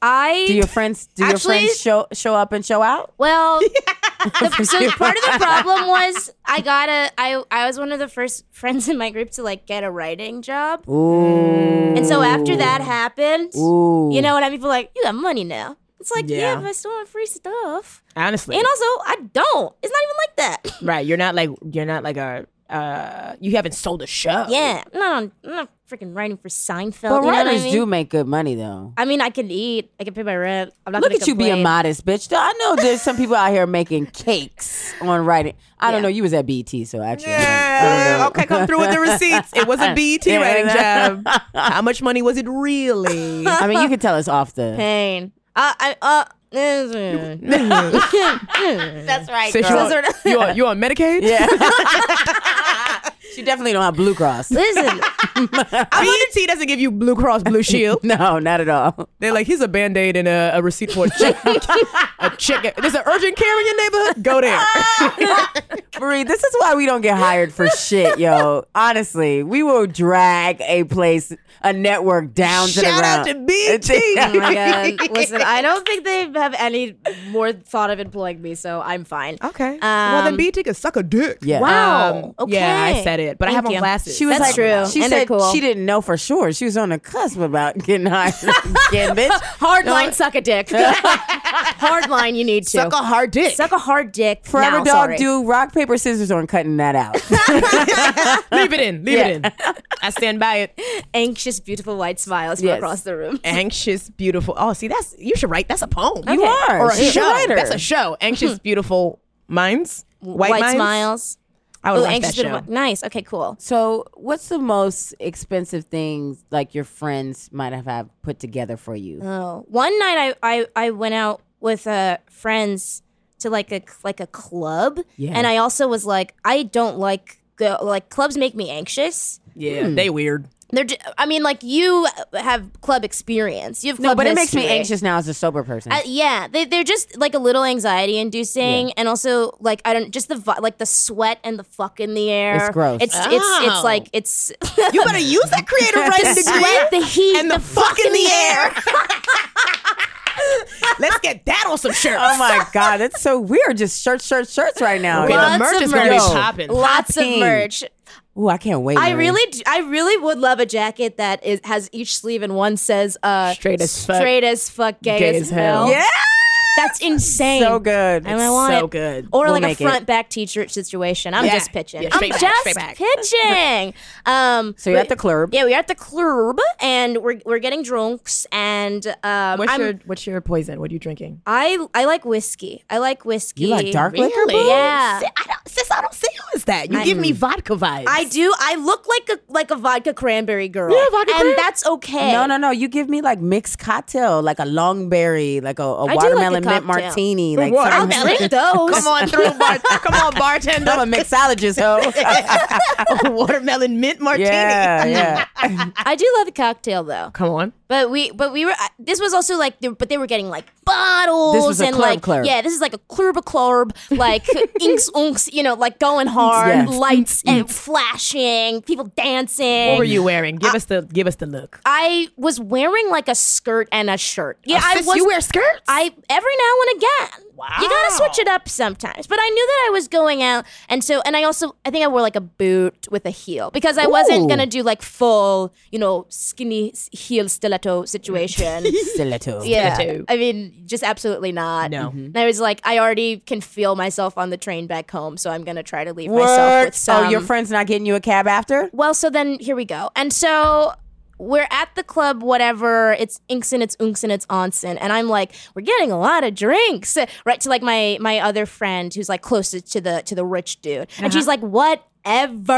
Speaker 4: I
Speaker 3: Do your friends do
Speaker 4: Actually-
Speaker 3: your friends show show up and show out?
Speaker 4: Well, the, so part of the problem was I got a I I was one of the first friends in my group to like get a writing job,
Speaker 3: Ooh.
Speaker 4: and so after that happened,
Speaker 3: Ooh.
Speaker 4: you know what I mean? People are like you have money now. It's like yeah,
Speaker 2: Yeah.
Speaker 4: but I still want free stuff,
Speaker 2: honestly,
Speaker 4: and also I don't. It's not even like that.
Speaker 2: right? You're not like you're not like a uh, you haven't sold a show.
Speaker 4: Yeah, I'm not on, I'm not freaking writing for Seinfeld.
Speaker 3: But
Speaker 4: you know what
Speaker 3: writers
Speaker 4: I mean?
Speaker 3: do make good money though.
Speaker 4: I mean, I can eat. I can pay my rent. I'm not.
Speaker 3: Look
Speaker 4: gonna
Speaker 3: at you being
Speaker 4: complain.
Speaker 3: modest, bitch. Though I know there's some people out here making cakes on writing. I don't know. You was at BT, so actually, yeah.
Speaker 2: Okay, come through with the receipts. It was a E BET writing job. How much money was it really?
Speaker 3: I mean, you could tell us off the.
Speaker 4: pain. Uh, I uh. That's right.
Speaker 2: Since you
Speaker 4: girl.
Speaker 2: on, you, on, you on Medicaid?
Speaker 3: Yeah. She definitely don't have Blue Cross.
Speaker 4: Listen,
Speaker 2: BET E doesn't give you Blue Cross Blue Shield.
Speaker 3: no, not at all.
Speaker 2: They're like, here's a band aid and a, a receipt for a check. a check. There's an urgent care in your neighborhood? Go there.
Speaker 3: Bree, this is why we don't get hired for shit, yo. Honestly, we will drag a place, a network down to the
Speaker 2: Shout out
Speaker 3: ground.
Speaker 2: to E BT.
Speaker 4: Oh my god! Listen, I don't think they have any more thought of employing me, so I'm fine.
Speaker 3: Oh.
Speaker 2: Okay. well, then
Speaker 4: Um,
Speaker 2: BT can suck a dick.
Speaker 3: Yeah.
Speaker 4: Wow.
Speaker 2: Um, Yeah, I
Speaker 4: Okay.
Speaker 2: said it, but I have
Speaker 4: Thank
Speaker 2: on
Speaker 4: you.
Speaker 2: glasses.
Speaker 3: She was
Speaker 4: That's
Speaker 3: like,
Speaker 4: true.
Speaker 3: She
Speaker 4: And they're
Speaker 3: said
Speaker 4: cool.
Speaker 3: she didn't know for sure. She was on the cusp about getting hired again, bitch.
Speaker 4: Hard line, suck a dick. hard line, you need to
Speaker 2: suck a hard dick.
Speaker 4: Suck a hard dick.
Speaker 3: Forever
Speaker 4: now,
Speaker 3: dog
Speaker 4: sorry.
Speaker 3: do rock paper scissors on cutting that out.
Speaker 2: leave it in. Leave it in. I stand by it.
Speaker 4: Anxious, beautiful white smiles from
Speaker 3: Yes.
Speaker 4: across the room.
Speaker 2: Anxious, beautiful. Oh, see, that's you should write. That's a poem.
Speaker 3: You are.
Speaker 2: Or a
Speaker 3: She's a
Speaker 2: show.
Speaker 3: writer.
Speaker 2: That's a show. Anxious, beautiful minds. White, minds.
Speaker 4: Hmm. smiles.
Speaker 2: I would
Speaker 4: Oh,
Speaker 2: watch that
Speaker 4: anxious.
Speaker 2: show.
Speaker 4: beautiful- Nice. Okay, cool.
Speaker 3: so, what's the most expensive things like your friends might have had put together for you?
Speaker 4: Oh, one night I I, I went out with uh, friends to like a like a club,
Speaker 3: Yeah.
Speaker 4: and I also was like, I don't like go like clubs make me anxious.
Speaker 2: Yeah,
Speaker 4: Hmm.
Speaker 2: they weird.
Speaker 4: They're ju- I mean like you have club experience. You have club
Speaker 3: No, but it makes me
Speaker 4: history.
Speaker 3: anxious now as a sober person.
Speaker 4: Uh, yeah, they, they're just like a little anxiety inducing, and also like I don't just the vi- like the sweat and the fuck in the air.
Speaker 3: It's gross.
Speaker 4: It's it's
Speaker 2: Oh.
Speaker 4: it's like it's
Speaker 2: You better use that creative writing
Speaker 4: the sweat,
Speaker 2: degree
Speaker 4: the heat,
Speaker 2: and the, fuck in the air. Let's get that on some shirts.
Speaker 3: oh my god, that's so weird. Just shirts, shirts, shirts right now.
Speaker 2: Okay, the
Speaker 4: Lots
Speaker 2: merch
Speaker 4: of
Speaker 2: is gonna be
Speaker 4: merch.
Speaker 2: popping.
Speaker 4: Lots of
Speaker 3: Popping.
Speaker 4: merch.
Speaker 3: Ooh, I can't wait.
Speaker 4: I
Speaker 3: Marie.
Speaker 4: really, d- I really would love a jacket that is has each sleeve and one says uh,
Speaker 2: Straight as fuck.
Speaker 4: straight as fuck, gay,
Speaker 2: Gay
Speaker 4: as,
Speaker 2: as
Speaker 4: hell.
Speaker 2: hell.
Speaker 3: Yeah.
Speaker 4: that's insane.
Speaker 3: So good.
Speaker 4: And I want
Speaker 2: so
Speaker 4: it.
Speaker 2: good.
Speaker 4: Or
Speaker 3: We'll
Speaker 4: like a
Speaker 3: make it.
Speaker 4: front back t-shirt situation. I'm
Speaker 2: Yeah.
Speaker 4: just pitching.
Speaker 2: Yeah,
Speaker 4: I'm
Speaker 2: straight back,
Speaker 4: just
Speaker 2: straight back.
Speaker 4: pitching. Um,
Speaker 3: So you're at
Speaker 4: but-
Speaker 3: the club.
Speaker 4: Yeah, we're at the club and we're we're getting drunks and um,
Speaker 2: What's
Speaker 4: I'm-
Speaker 2: your what's your poison? What are you drinking?
Speaker 4: I I like whiskey. I like whiskey.
Speaker 3: You like dark liquor,
Speaker 4: Yeah.
Speaker 2: I don't, this. I don't see you as that. You give me
Speaker 4: Mm.
Speaker 2: vodka vibes.
Speaker 4: I do. I look like a like a vodka cranberry girl.
Speaker 3: Yeah, vodka
Speaker 4: and
Speaker 3: cran-
Speaker 4: that's okay.
Speaker 3: No, no, no. You give me like mixed cocktail, like a long berry, like a, a
Speaker 4: I do like a
Speaker 3: watermelon mint
Speaker 4: cocktail.
Speaker 3: martini. Like
Speaker 4: What?
Speaker 3: something-
Speaker 4: I'll drink those. Come on through,
Speaker 2: bar- come on, bartender.
Speaker 3: I'm a mixologist, ho.
Speaker 2: Watermelon mint martini.
Speaker 3: Yeah, yeah.
Speaker 4: I do love the cocktail though.
Speaker 2: Come on.
Speaker 4: But we, but we were. I- This was also like, they, but they were getting like bottles
Speaker 3: This was a
Speaker 4: and
Speaker 3: club
Speaker 4: like,
Speaker 3: club.
Speaker 4: yeah, this is like a club club, like inks unks, you know, like going hard,
Speaker 2: Yes.
Speaker 4: lights and flashing, people dancing.
Speaker 2: What were you wearing? Give us the give us the look.
Speaker 4: I was wearing like a skirt and a shirt. Yeah,
Speaker 2: Oh,
Speaker 4: I
Speaker 2: sis,
Speaker 4: was.
Speaker 2: you wear skirts?
Speaker 4: I every now and again. Wow. You gotta switch it up sometimes. But I knew that I was going out, and so and I also I think I wore like a boot with a heel because I
Speaker 3: Ooh.
Speaker 4: wasn't gonna do like full you know skinny s- heel stiletto situation.
Speaker 3: Stiletto.
Speaker 4: yeah, I mean just absolutely not.
Speaker 3: No. Mhm.
Speaker 4: And I was like, I already can feel myself on the train back home, so I'm gonna try to leave myself
Speaker 3: What?
Speaker 4: with some.
Speaker 3: Oh, your friend's not getting you a cab after?
Speaker 4: Well, so then here we go. And so we're at the club, whatever. It's Inkson, it's Unkson, it's Onsen. And I'm like, we're getting a lot of drinks. Right to like my my other friend who's like closest to the to the rich dude.
Speaker 11: Uh-huh.
Speaker 4: And she's like, whatever.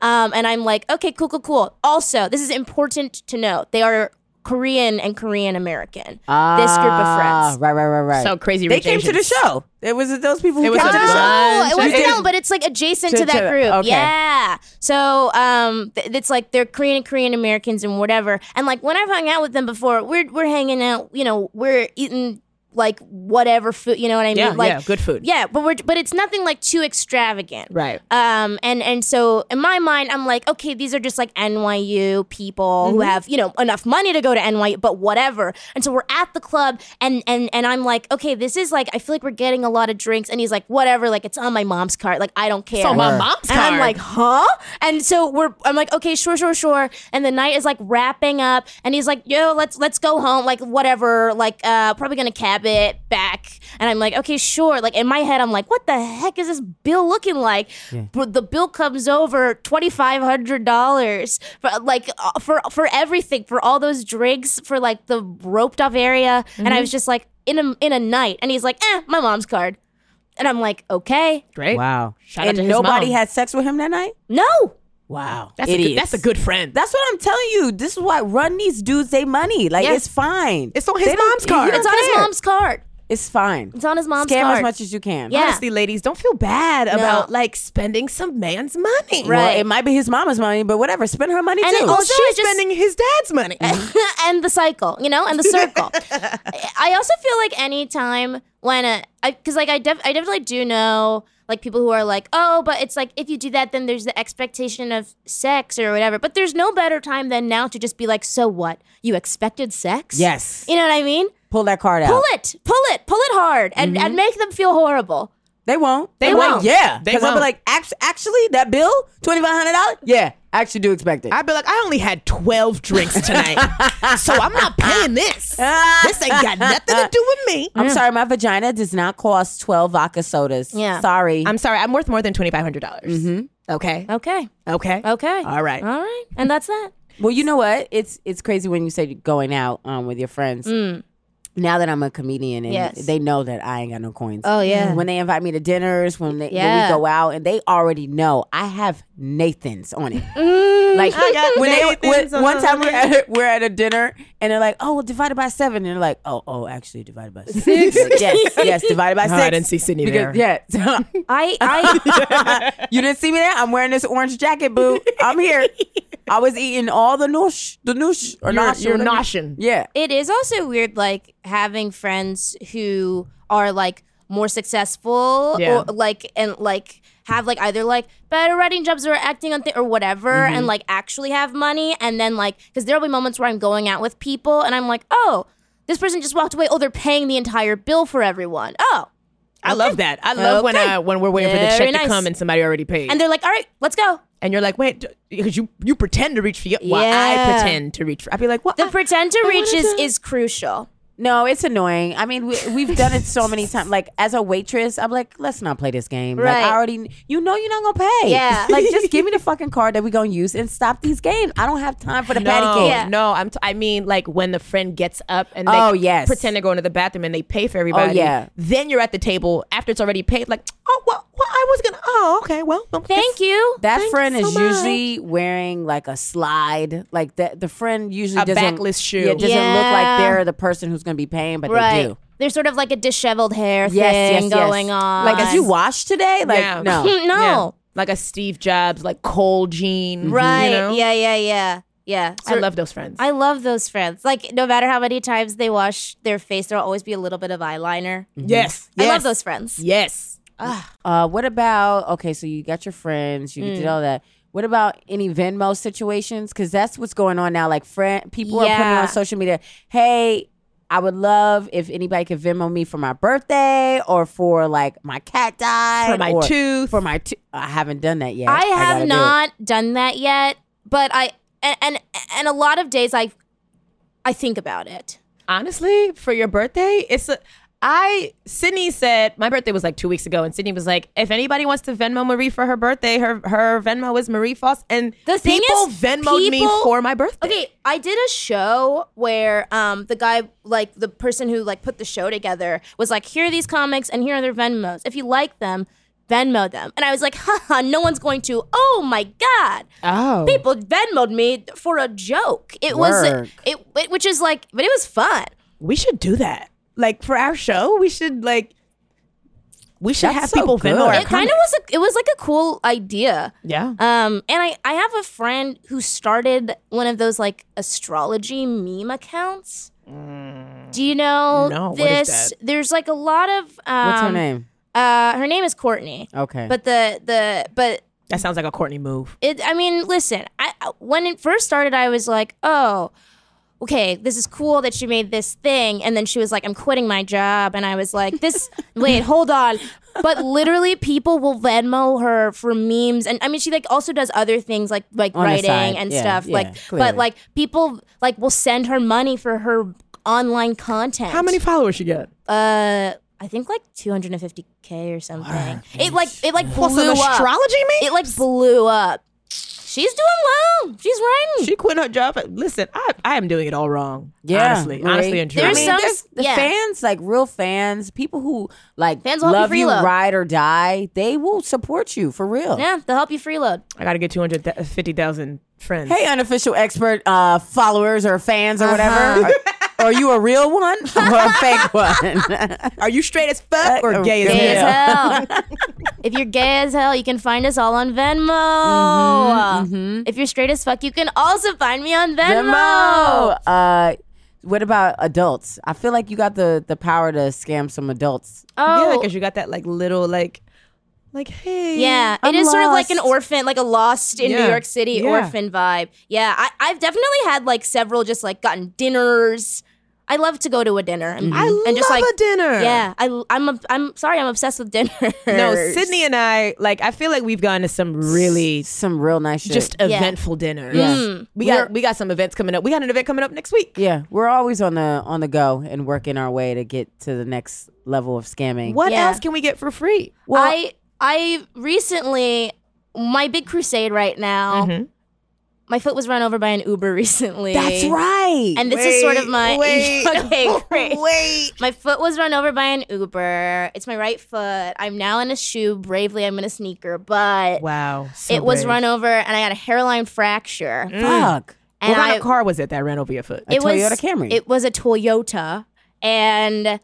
Speaker 4: Um, and I'm like, okay, cool, cool, cool. Also, this is important to note. They are Korean and Korean American. this group of
Speaker 3: Oh,
Speaker 4: friends.
Speaker 3: Right, right, right, right.
Speaker 4: So Crazy
Speaker 3: They
Speaker 4: Rich
Speaker 3: came to the
Speaker 4: Asians.
Speaker 3: show. It was those people who
Speaker 4: It was
Speaker 3: came
Speaker 4: a
Speaker 3: to the show.
Speaker 4: Oh, it wasn't
Speaker 3: You
Speaker 4: no,
Speaker 3: did-
Speaker 4: but it's like adjacent
Speaker 3: To-
Speaker 4: to,
Speaker 3: to-
Speaker 4: that group.
Speaker 3: okay.
Speaker 4: Yeah. So um, th- it's like they're Korean, Korean Americans, and whatever. And like when I've hung out with them before, we're we're hanging out. You know, we're eating like whatever food. You know what I
Speaker 2: Yeah,
Speaker 4: mean? like
Speaker 2: yeah, good food.
Speaker 4: Yeah, but we're but it's nothing like too extravagant.
Speaker 2: Right.
Speaker 4: Um, and and so in my mind, I'm like, okay, these are just like NYU people who
Speaker 2: Mm-hmm.
Speaker 11: Mhm.
Speaker 4: have you know enough money to go to NYU, but whatever. And so we're at the club, and and and I'm like, okay, this is like, I feel like we're getting a lot of drinks, and he's like, whatever, like it's on my mom's card, like I don't care.
Speaker 2: on my Word. mom's
Speaker 4: And I'm
Speaker 2: card.
Speaker 4: like, huh? And so we're, I'm like, okay, sure, sure, sure. And the night is like wrapping up, and he's like, yo, let's let's go home, like whatever, like uh, probably gonna cab it back. And I'm like, okay, sure. Like in my head, I'm like, what the heck is this bill looking like? But the bill comes over twenty five hundred dollars for like uh, for for everything, for all those drinks, for like the roped off area, and I
Speaker 11: Mhm.
Speaker 4: was just like in a in a night, and he's like, eh, my mom's card. And I'm like, okay.
Speaker 2: Great.
Speaker 3: Wow.
Speaker 2: Shout out
Speaker 3: and
Speaker 2: to his
Speaker 3: nobody
Speaker 2: mom.
Speaker 3: had sex with him that night?
Speaker 4: No.
Speaker 3: Wow.
Speaker 2: That's a good-
Speaker 3: Idiots.
Speaker 2: that's a good friend.
Speaker 3: That's what I'm telling you. This is why run these dudes they money. Like
Speaker 4: Yeah.
Speaker 3: it's fine.
Speaker 2: It's on
Speaker 4: his mom's card. It's on his mom's card.
Speaker 3: It's fine.
Speaker 4: It's on his mom's
Speaker 3: Scam
Speaker 4: card.
Speaker 3: as much as you can.
Speaker 2: Honestly, ladies, don't feel bad
Speaker 3: No.
Speaker 2: about like spending some man's money.
Speaker 3: Well, it might be his mama's money, but whatever. Spend her money
Speaker 4: And
Speaker 3: too.
Speaker 4: it also is just-
Speaker 2: spending his dad's money.
Speaker 4: and the cycle, you know, and the circle. I also feel like any time when a, I, because like I, def, I definitely do know like people who are like, oh, but it's like if you do that, then there's the expectation of sex or whatever. But there's no better time than now to just be like, so what? You expected sex?
Speaker 3: Yes.
Speaker 4: You know what I mean?
Speaker 3: Pull that card out.
Speaker 4: Pull it, pull it, pull it hard, and and make them feel horrible.
Speaker 3: They won't.
Speaker 4: They
Speaker 3: I'm like,
Speaker 4: won't.
Speaker 3: yeah.
Speaker 4: They
Speaker 3: Because I'll be
Speaker 4: won't.
Speaker 3: like, "Act- actually, that bill, twenty five hundred dollars. Yeah, I actually do expect it.
Speaker 2: I'd be like, I only had twelve drinks tonight, so I'm not paying this. this ain't got nothing to do with me.
Speaker 3: I'm sorry, my vagina does not cost twelve vodka sodas. sorry.
Speaker 2: I'm sorry. I'm worth more than twenty five hundred dollars. Okay.
Speaker 4: Okay.
Speaker 2: Okay.
Speaker 4: Okay.
Speaker 2: All right.
Speaker 4: All right. And that's that.
Speaker 3: Well, you know what? It's it's crazy when you say going out um, with your friends.
Speaker 4: Mm.
Speaker 3: Now that I'm a comedian and
Speaker 4: Yes.
Speaker 3: they know that I ain't got no coins.
Speaker 4: Oh, yeah.
Speaker 3: When they invite me to dinners, when, they,
Speaker 4: Yeah.
Speaker 3: when we go out, and they already know I have Nathan's on it. Like
Speaker 11: I got
Speaker 3: when they when,
Speaker 11: Nathan's on
Speaker 3: one time we're
Speaker 11: it.
Speaker 3: at, we're at a dinner and they're like, oh, well, divided by seven, and they're like, oh, oh, actually divided by six. Like, yes, yes, divided by
Speaker 2: Oh,
Speaker 3: six.
Speaker 2: I didn't see Sydney
Speaker 3: Because-
Speaker 2: there.
Speaker 3: Yeah.
Speaker 4: I I
Speaker 3: you didn't see me there. I'm wearing this orange jacket, boo. I'm here. I was eating all the noosh, the noosh or
Speaker 2: You're-
Speaker 3: nosh.
Speaker 2: you're
Speaker 3: whatever.
Speaker 2: noshing.
Speaker 3: Yeah.
Speaker 4: It is also weird, like having friends who are like more successful,
Speaker 3: Yeah.
Speaker 4: or like and like have like either like better writing jobs or acting on th- or whatever,
Speaker 3: Mm-hmm.
Speaker 11: Mhm.
Speaker 4: and like actually have money, and then like because there'll be moments where I'm going out with people and I'm like, oh, this person just walked away. Oh, they're paying the entire bill for everyone. Oh,
Speaker 2: I love that. I love when
Speaker 4: Okay.
Speaker 2: I when we're waiting for the
Speaker 4: Very
Speaker 2: check
Speaker 4: nice.
Speaker 2: to come and somebody already paid.
Speaker 4: and they're like, all right, let's go.
Speaker 2: and you're like, wait, because you you pretend to reach for your. Well, I
Speaker 4: Yeah.
Speaker 2: pretend to reach for. I'd be like, what?
Speaker 4: The pretend to
Speaker 2: I
Speaker 4: reach
Speaker 2: wanted
Speaker 4: is,
Speaker 2: to-
Speaker 4: is crucial.
Speaker 3: No, it's annoying. I mean, we, we've done it so many times. Like as a waitress, I'm like, let's not play this game. Like
Speaker 4: Right.
Speaker 3: I already, you know, you're not gonna pay.
Speaker 4: Yeah.
Speaker 3: like just give me the fucking card that we're gonna use and stop these games. I don't have time for the
Speaker 2: no,
Speaker 3: patty cake.
Speaker 2: No, I'm. T- I mean, like when the friend gets up and they
Speaker 3: Oh, yes.
Speaker 2: pretend to go into the bathroom and they pay for
Speaker 4: Oh,
Speaker 2: everybody.
Speaker 3: yeah.
Speaker 2: Then you're at the table after it's already paid. Like, oh well, well I was gonna. Oh, okay. Well, well,
Speaker 4: Thank you.
Speaker 3: That
Speaker 2: Thank
Speaker 3: friend
Speaker 2: you so
Speaker 3: is
Speaker 2: much.
Speaker 3: usually wearing like a slide. Like that, the friend usually
Speaker 2: A
Speaker 3: doesn't
Speaker 2: backless shoe.
Speaker 3: Yeah, it doesn't look
Speaker 4: Yeah.
Speaker 3: like they're the person who's gonna be paying, but
Speaker 4: right.
Speaker 3: they do.
Speaker 4: There's sort of like a disheveled hair thing going on.
Speaker 3: Like, did you wash today? Like,
Speaker 2: Yeah.
Speaker 3: no.
Speaker 4: no.
Speaker 2: Yeah. Like a Steve Jobs, like cold jean.
Speaker 4: Right.
Speaker 2: Mm-hmm, You know?
Speaker 4: Yeah, yeah, yeah. Yeah.
Speaker 2: I
Speaker 4: So-
Speaker 2: love those friends.
Speaker 4: I love those friends. Like no matter how many times they wash their face, there'll always be a little bit of eyeliner.
Speaker 2: yes,
Speaker 4: I love
Speaker 2: Mm. yes,
Speaker 4: those friends.
Speaker 2: Yes.
Speaker 3: Uh, what about okay? So you got your friends, you
Speaker 4: Mm.
Speaker 3: did all that. What about any Venmo situations? Because that's what's going on now. Like, friend, people are putting
Speaker 4: Yeah.
Speaker 3: on social media, "Hey, I would love if anybody could Venmo me for my birthday or for like my cat died
Speaker 2: For my
Speaker 3: or
Speaker 2: tooth.
Speaker 3: for my tooth." I haven't done that yet.
Speaker 4: I
Speaker 3: gotta
Speaker 4: have
Speaker 3: do it.
Speaker 4: not done that yet, but I and, and and a lot of days I I think about it.
Speaker 2: honestly, for your birthday, it's a, I Sydney said my birthday was like two weeks ago, and Sydney was like, if anybody wants to Venmo Marie for her birthday, her her Venmo is Marie Foss, and
Speaker 4: The thing
Speaker 2: people
Speaker 4: is,
Speaker 2: Venmoed me
Speaker 4: people-
Speaker 2: for my birthday.
Speaker 4: Okay, I did a show where um the guy like the person who like put the show together was like, here are these comics and here are their Venmos. If you like them, Venmo them. And I was like, haha, no one's going to. Oh my god.
Speaker 2: Uh-huh.
Speaker 3: Oh,
Speaker 4: People Venmoed me for a joke. It
Speaker 3: Work.
Speaker 4: was uh, it, it which is like but it was fun.
Speaker 2: we should do that. Like for our show, we should like we should
Speaker 3: That's
Speaker 2: have
Speaker 3: so
Speaker 2: people
Speaker 3: good.
Speaker 2: Venmo. Our
Speaker 4: It kind of was a, it was like a cool idea.
Speaker 2: yeah.
Speaker 4: Um, and I, I have a friend who started one of those like astrology meme accounts. Do you know
Speaker 2: Mm. No, what is
Speaker 4: this? There's like a lot of um,
Speaker 3: What's her name?
Speaker 4: Uh, her name is Courtney.
Speaker 3: Okay,
Speaker 4: But the the but
Speaker 2: That sounds like a Courtney move.
Speaker 4: it i mean listen i when it first started i was like oh okay this is cool that she made this thing and then she was like i'm quitting my job and i was like this wait hold on but literally people will venmo her for memes and i mean she like also does other things like like
Speaker 3: On the
Speaker 4: writing
Speaker 3: side,
Speaker 4: and
Speaker 3: yeah,
Speaker 4: stuff
Speaker 3: yeah,
Speaker 4: like
Speaker 3: clearly.
Speaker 4: but like people like will send her money for her online content
Speaker 2: How many followers you got?
Speaker 4: uh I think like 250k or something. It like it like blew
Speaker 2: Plus an
Speaker 4: up.
Speaker 2: astrology
Speaker 4: It like blew up. She's doing well. She's writing.
Speaker 2: She quit her job. Listen, I, I am doing it all wrong.
Speaker 3: Yeah,
Speaker 2: honestly,
Speaker 3: right.
Speaker 2: honestly, and truly.
Speaker 4: There's
Speaker 3: I mean,
Speaker 4: some-
Speaker 3: there's the
Speaker 4: yeah.
Speaker 3: fans, like real fans, people who like
Speaker 4: Fans will
Speaker 3: love
Speaker 4: help you
Speaker 3: you,
Speaker 4: freeload.
Speaker 3: ride or die. They will support you for real.
Speaker 4: yeah, they'll help you freeload.
Speaker 2: I got to get two hundred fifty thousand friends.
Speaker 3: Hey, unofficial expert uh, followers or fans or whatever.
Speaker 4: Uh-huh.
Speaker 3: Are, are you a real one or a fake one? Uh,
Speaker 2: Are you straight as fuck or gay as
Speaker 4: Gay
Speaker 2: hell?
Speaker 4: as hell. if you're gay as hell, you can find us all on Venmo.
Speaker 2: Mm-hmm,
Speaker 4: If you're straight as fuck, you can also find me on Venmo.
Speaker 3: Venmo. Uh, what about adults? I feel like you got the, the power to scam some adults.
Speaker 4: Oh,
Speaker 2: Yeah, because you got that like little like, like hey.
Speaker 4: Yeah,
Speaker 2: I'm
Speaker 4: it is sort of like an
Speaker 2: lost.
Speaker 4: orphan, like a lost in
Speaker 2: Yeah.
Speaker 4: New York City
Speaker 2: Yeah.
Speaker 4: orphan vibe. Yeah, I, I've definitely had like several just like gotten dinners. I love to go to a dinner and,
Speaker 2: I love
Speaker 4: and just like
Speaker 2: a dinner.
Speaker 4: yeah. I I'm a, I'm sorry, I'm obsessed with dinner.
Speaker 2: No, Sydney and I like. I feel like we've gone to some really
Speaker 3: Some real nice shit.
Speaker 2: just eventful dinners.
Speaker 3: Yeah.
Speaker 2: We got we got some events coming up. We got an event coming up next week.
Speaker 3: yeah, we're always on the on the go and working our way to get to the next level of scamming.
Speaker 2: What
Speaker 4: Yeah.
Speaker 2: else can we get for free?
Speaker 4: I I recently my big crusade right now.
Speaker 2: Mhm.
Speaker 4: My foot was run over by an Uber recently.
Speaker 3: That's right.
Speaker 4: And this is sort of my
Speaker 2: wait,
Speaker 4: okay, great.
Speaker 2: Wait.
Speaker 4: My foot was run over by an Uber. It's my right foot. I'm now in a shoe. Bravely, I'm in a sneaker, but
Speaker 2: Wow. so
Speaker 4: it was
Speaker 2: brave. Mm.
Speaker 4: run over, and I got a hairline fracture.
Speaker 3: Fuck.
Speaker 4: And
Speaker 2: what kind
Speaker 4: I,
Speaker 2: of car was it that ran over your foot?
Speaker 4: it
Speaker 3: Toyota
Speaker 4: was
Speaker 3: Camry.
Speaker 4: It was a Toyota, and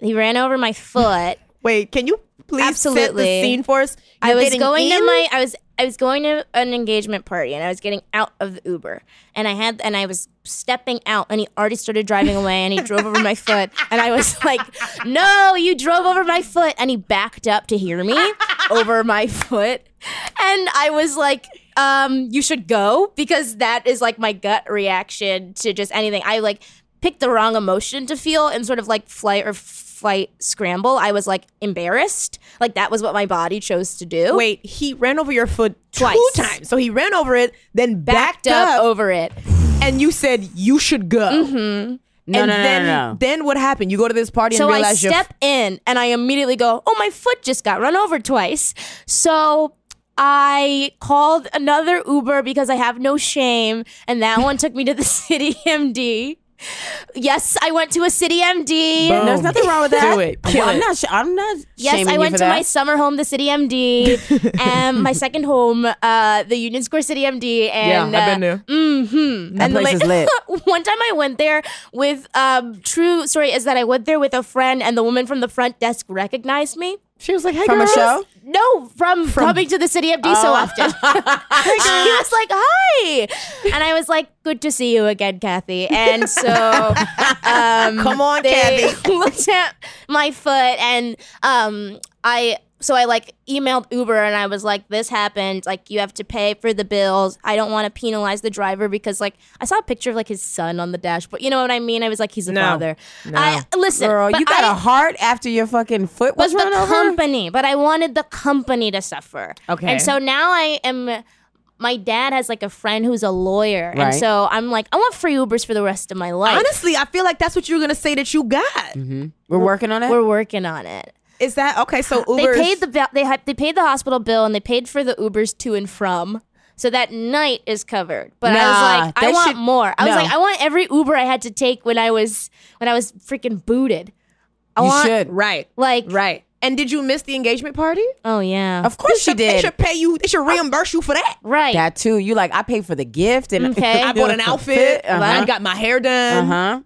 Speaker 4: he ran over my foot.
Speaker 2: Wait, can you please set the
Speaker 4: Absolutely.
Speaker 2: scene for us?
Speaker 4: I
Speaker 2: You're
Speaker 4: was
Speaker 2: getting
Speaker 4: going
Speaker 2: in?
Speaker 4: to my I was I was going to an engagement party and I was getting out of the Uber and I had and I was stepping out and he already started driving away and he drove over my foot and I was like, "No, you drove over my foot." And he backed up to hear me over my foot. And I was like, um, you should go because that is like my gut reaction to just anything. I like picked the wrong emotion to feel and sort of like flight or flight scramble. I was like embarrassed. Like that was what my body chose to do.
Speaker 2: Wait, he ran over your foot
Speaker 4: Twice.
Speaker 2: two times. So he ran over it, then backed,
Speaker 4: backed up, over it.
Speaker 2: and you said you should go.
Speaker 3: No,
Speaker 2: and
Speaker 3: no, no,
Speaker 2: then,
Speaker 3: no, no.
Speaker 2: Then what happened? You go to this party
Speaker 4: so
Speaker 2: and
Speaker 4: I
Speaker 2: realize you're
Speaker 4: step in and I immediately go, "Oh, my foot just got run over twice." So I called another Uber because I have no shame, and that one took me to the City MD. Yes, I went to a City MD.
Speaker 3: Boom. There's nothing wrong with that. Do it. Kill
Speaker 4: I'm
Speaker 3: it.
Speaker 4: not.
Speaker 3: Sh- I'm not.
Speaker 4: Yes,
Speaker 3: shaming
Speaker 4: I
Speaker 3: you
Speaker 4: went
Speaker 3: for
Speaker 4: to my
Speaker 3: that.
Speaker 4: summer home, the City MD, and my second home, uh, the Union Square City MD. And uh,
Speaker 2: Yeah, I've been there.
Speaker 4: Mm-hmm.
Speaker 2: That place is lit.
Speaker 4: one time I went there with um, true story is that I went there with a friend, and the woman from the front desk recognized me. She was like, "Hey,
Speaker 3: From a girls." show?
Speaker 4: No, from, coming to the City MD so
Speaker 3: Oh.
Speaker 4: often." she was like, "Hi," and I was like, "Good to see you again, Kathy." And so um, come on, they
Speaker 8: Kathy.
Speaker 4: looked at my foot, and um, I so I like emailed Uber, and I was like, "This happened. Like, you have to pay for the bills. I don't want to penalize the driver because like I saw a picture of like his son on the dashboard. You know what I mean? I was like, he's a
Speaker 3: No.
Speaker 4: father.
Speaker 3: No.
Speaker 4: I listen,
Speaker 3: Girl,
Speaker 4: but
Speaker 3: you got
Speaker 4: I-
Speaker 3: a heart after your fucking foot was
Speaker 4: was
Speaker 3: run
Speaker 4: the
Speaker 3: over.
Speaker 4: company, but I wanted the company to suffer.
Speaker 3: Okay.
Speaker 4: And so now I am. My dad has like a friend who's a lawyer,
Speaker 2: Right.
Speaker 4: and so I'm like, I want free Ubers for the rest of my life.
Speaker 2: Honestly, I feel like that's what you're gonna say that you got.
Speaker 3: We're working on it.
Speaker 4: We're working on it.
Speaker 2: Mm-hmm. Is that okay? So
Speaker 4: they
Speaker 2: Uber
Speaker 4: paid the bill. They had they paid the hospital bill and they paid for the Ubers to and from. So that night is covered. But I
Speaker 3: Nah,
Speaker 4: was like, I
Speaker 3: that
Speaker 4: want
Speaker 3: should-
Speaker 4: more. I
Speaker 3: no.
Speaker 4: was like, I want every Uber I had to take when I was when I was freaking booted. I
Speaker 3: You
Speaker 4: want,
Speaker 3: should.
Speaker 2: Right.
Speaker 4: Like
Speaker 2: right. And did you miss the engagement party?
Speaker 4: Oh yeah.
Speaker 3: Of course
Speaker 2: they
Speaker 3: you
Speaker 2: should, They
Speaker 3: did.
Speaker 2: should pay you. They should reimburse you for that.
Speaker 4: Right.
Speaker 3: That too. You like I paid for the gift and
Speaker 4: Okay.
Speaker 2: I bought an outfit.
Speaker 3: uh-huh.
Speaker 2: I got my hair
Speaker 3: Uh
Speaker 2: done.
Speaker 3: huh.